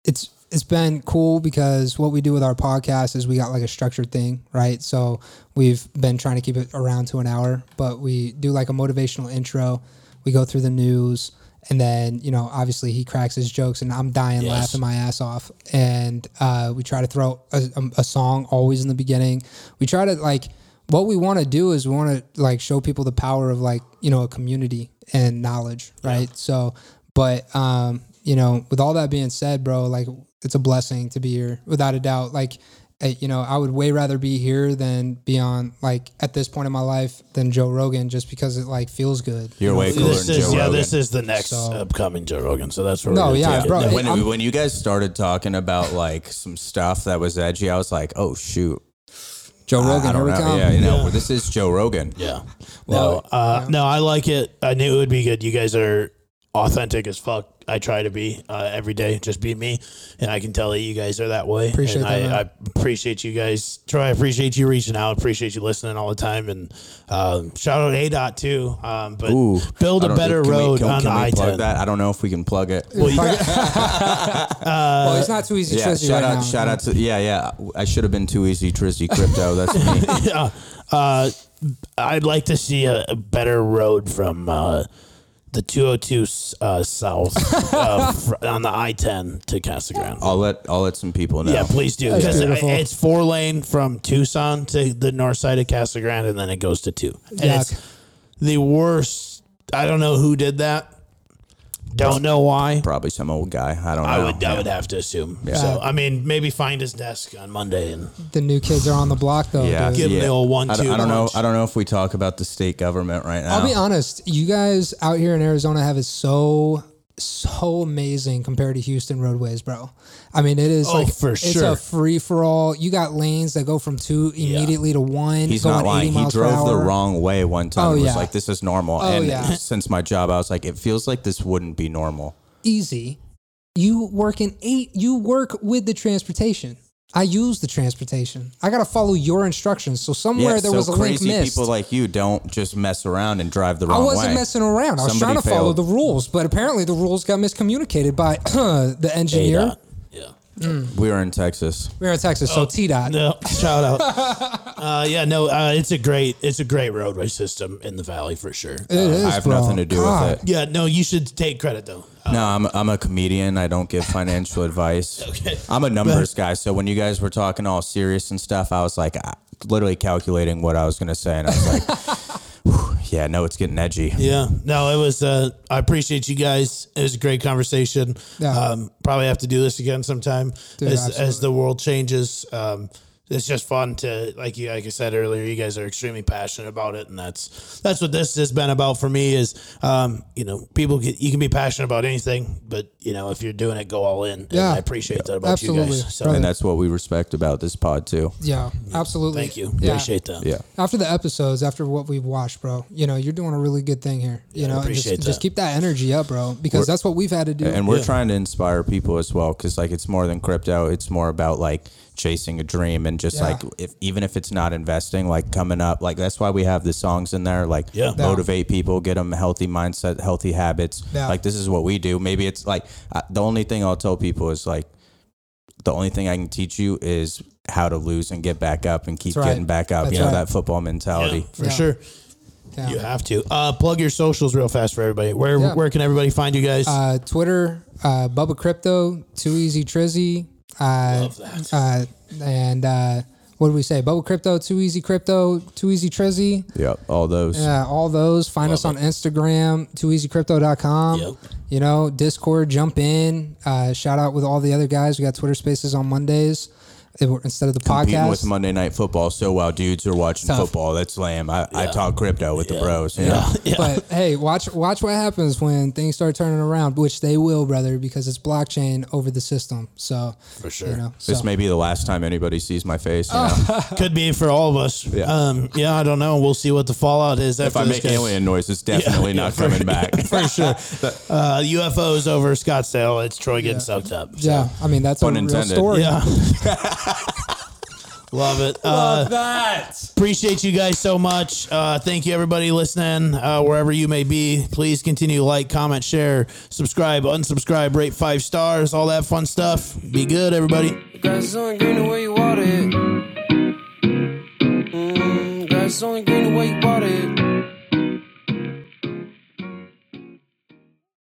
D: it's it's been cool because what we do with our podcast is we got like a structured thing, right? So we've been trying to keep it around to an hour, but we do like a motivational intro. We go through the news, and then you know, obviously he cracks his jokes, and I'm dying laughing my ass off. And uh, we try to throw a, a song always in the beginning. We try to like what we want to do is we want to like show people the power of like you know a community and knowledge right so but um you know with all that being said bro like it's a blessing to be here without a doubt like eh, you know i would way rather be here than be on like at this point in my life than joe rogan just because it like feels good
C: You're way cooler
B: This
C: than Joe
B: is yeah,
C: Rogan.
B: this is the next
D: So-
B: upcoming Joe Rogan. So that's where
D: No,
B: we're gonna
D: yeah,
B: take it.
D: bro,
B: No,
D: it-
C: when,
D: I'm-
C: when you guys started talking about like some stuff that was edgy, I was like, oh shoot,
D: joe rogan
C: I
D: here
C: don't
D: we
C: know.
D: come
C: Yeah, you know, this is Joe Rogan.
B: Yeah. no, uh, no, I like it. I knew it would be good. You guys are authentic as fuck. I try to be uh, every day, just be me, and I can tell that you guys are that way.
D: Appreciate
B: and
D: that, man.
B: I, I appreciate you guys. Troy, I appreciate you reaching out. Appreciate you listening all the time, and um, shout out A Dot too. Um, but
C: Ooh,
B: build a
C: I don't-
B: better
C: can we-
B: road
C: can-
B: on
C: can we
B: I
C: plug
B: ten.
C: that? I don't know if we can plug it.
B: Well, you,
D: well it's not too easy
C: yeah,
D: Trizzy
C: shout
D: right
C: out,
D: now.
C: shout out to yeah, yeah. I should have been too easy, Trizzy Crypto. That's me.
B: yeah. Uh, I'd like to see a, a better road from uh, the 202 uh, south uh, fr- on the I 10 to Casa Grande.
C: I'll let I'll let some people know.
B: Yeah, please do.
D: That's
B: 'cause it-
D: beautiful.
B: It's four lane from Tucson to the north side of Casa Grande, and then it goes to two. And it's
D: Yuck.
B: the worst. I don't know who did that. Don't know why.
C: Probably some old guy. I don't know.
B: I would. I would have to assume. So I mean, maybe find his desk on Monday and
D: the new kids are on the block though
C: yeah,
D: dude.
B: Give 'em the old one,
C: I don't,
B: two
C: I don't know.
B: punch.
C: I don't know if we talk about the state government right now.
D: I'll be honest, you guys out here in Arizona have it so so amazing compared to Houston roadways, bro. I mean, it is
B: Oh,
D: like
B: for
D: it's
B: sure.
D: a free for all. You got lanes that go from two immediately to one.
C: He's
D: going
C: not
D: 80
C: lying. He
D: miles per
C: drove the
D: hour.
C: wrong way one time.
D: Oh,
C: It was
D: yeah. Oh,
C: like, this is normal. and
D: yeah.
C: since my job, I was like, it feels like this wouldn't be normal.
D: easy. You work in eight. You work with the transportation. I use the transportation. I gotta follow your instructions. So somewhere
C: yeah,
D: there
C: so
D: was a link
C: crazy
D: missed.
C: people like you don't just mess around and drive the
D: I
C: wrong way.
D: wasn't messing around. I was
C: Somebody
D: trying to follow
C: failed.
D: the rules, but apparently the rules got miscommunicated by the engineer.
B: dot. Yeah.
C: We were in Texas.
D: We We're in Texas, so T dot.
B: Oh, No, shout out. uh, yeah, no, uh, it's a great it's a great roadway system in the valley for sure.
D: It is,
C: I have
D: bro.
C: nothing to do
D: God.
C: with it.
B: Yeah, no, you should take credit though.
C: No, I'm, I'm a comedian. I don't give financial advice. I'm a numbers guy. So when you guys were talking all serious and stuff, I was like, I, literally calculating what I was going to say. And I was like, whew, yeah, no, it's getting edgy.
B: Yeah, no, it was. Uh, I appreciate you guys. It was a great conversation.
D: Yeah.
B: Um, probably have to do this again sometime as, as
D: absolutely.
B: the world changes. Um, it's just fun to like you like I said earlier. You guys are extremely passionate about it, and that's that's what this has been about for me. Is um, you know, people get, you can be passionate about anything, but you know, if you're doing it, go all in. And
D: Yeah.
B: I appreciate that about you
D: Absolutely.
B: guys. So
D: Brother.
C: And that's what we respect about this pod too.
D: Yeah, absolutely.
B: thank you,
D: Yeah.
B: appreciate that.
C: Yeah.
D: After the episodes, after what we've watched, bro, you know, you're doing a really good thing here. You know, and
B: appreciate
D: just, just
B: that.
D: keep that energy up, bro, because that's what we've had to do.
C: and we're trying to inspire people as well because like it's more than crypto it's more about like chasing a dream and just
D: Yeah.
C: like if even if it's not investing like coming up like that's why we have the songs in there like
B: Yeah. Yeah.
C: motivate people get them healthy mindset healthy habits
D: Yeah.
C: like this is what we do maybe it's like I, the only thing i'll tell people is like the only thing I can teach you is how to lose and get back up and keep
D: That's right.
C: getting back up.
D: That's
C: you know,
D: right.
C: that football mentality.
B: Yeah, for
D: Yeah.
B: sure.
D: Yeah.
B: You have to uh, plug your socials real fast for everybody. Where
D: Yeah.
B: where can everybody find you guys?
D: uh, Twitter, uh, Bubba Crypto, Too Easy Trizzy. Uh,
B: Love that.
D: Uh, and uh, what do we say? Bubba Crypto, Too Easy Crypto, Too Easy Trizzy.
C: Yeah. All those.
D: Yeah, all those. Find us on Instagram, tooeasycrypto.com.
B: Yep.
D: You know, Discord, jump in. Uh, shout out with all the other guys. We got Twitter Spaces on Mondays if we're- instead of the
C: competing
D: podcast.
C: with Monday Night Football so while dudes are watching
D: Tough.
C: football. That's lame. I, I talk crypto with the bros. You know?
D: But hey, watch watch what happens when things start turning around, which they will, brother, because it's blockchain over the system. So for
B: sure.
D: you know, so.
C: This may be the last time anybody sees my face.
B: Oh.
C: You know?
B: Could be for all of us. Yeah. Um, yeah, I don't know. We'll see what the fallout is
C: if
B: after
C: I
B: this,
C: make
B: guys.
C: alien noise, it's definitely
B: yeah,
C: not
B: for-
C: coming back.
B: for sure. Uh, UFOs over Scottsdale. It's Troy getting sucked up. So,
D: yeah, I mean that's a
C: Pun
D: real
C: intended.
D: story.
B: yeah. Love it. Uh,
C: that.
B: appreciate you guys so much. Uh, thank you, everybody listening, uh, wherever you may be. Please continue to like, comment, share, subscribe, unsubscribe, rate five stars, all that fun stuff. Be good, everybody.
A: Grass only green the way you water it. Mm, grass only green the way you water it.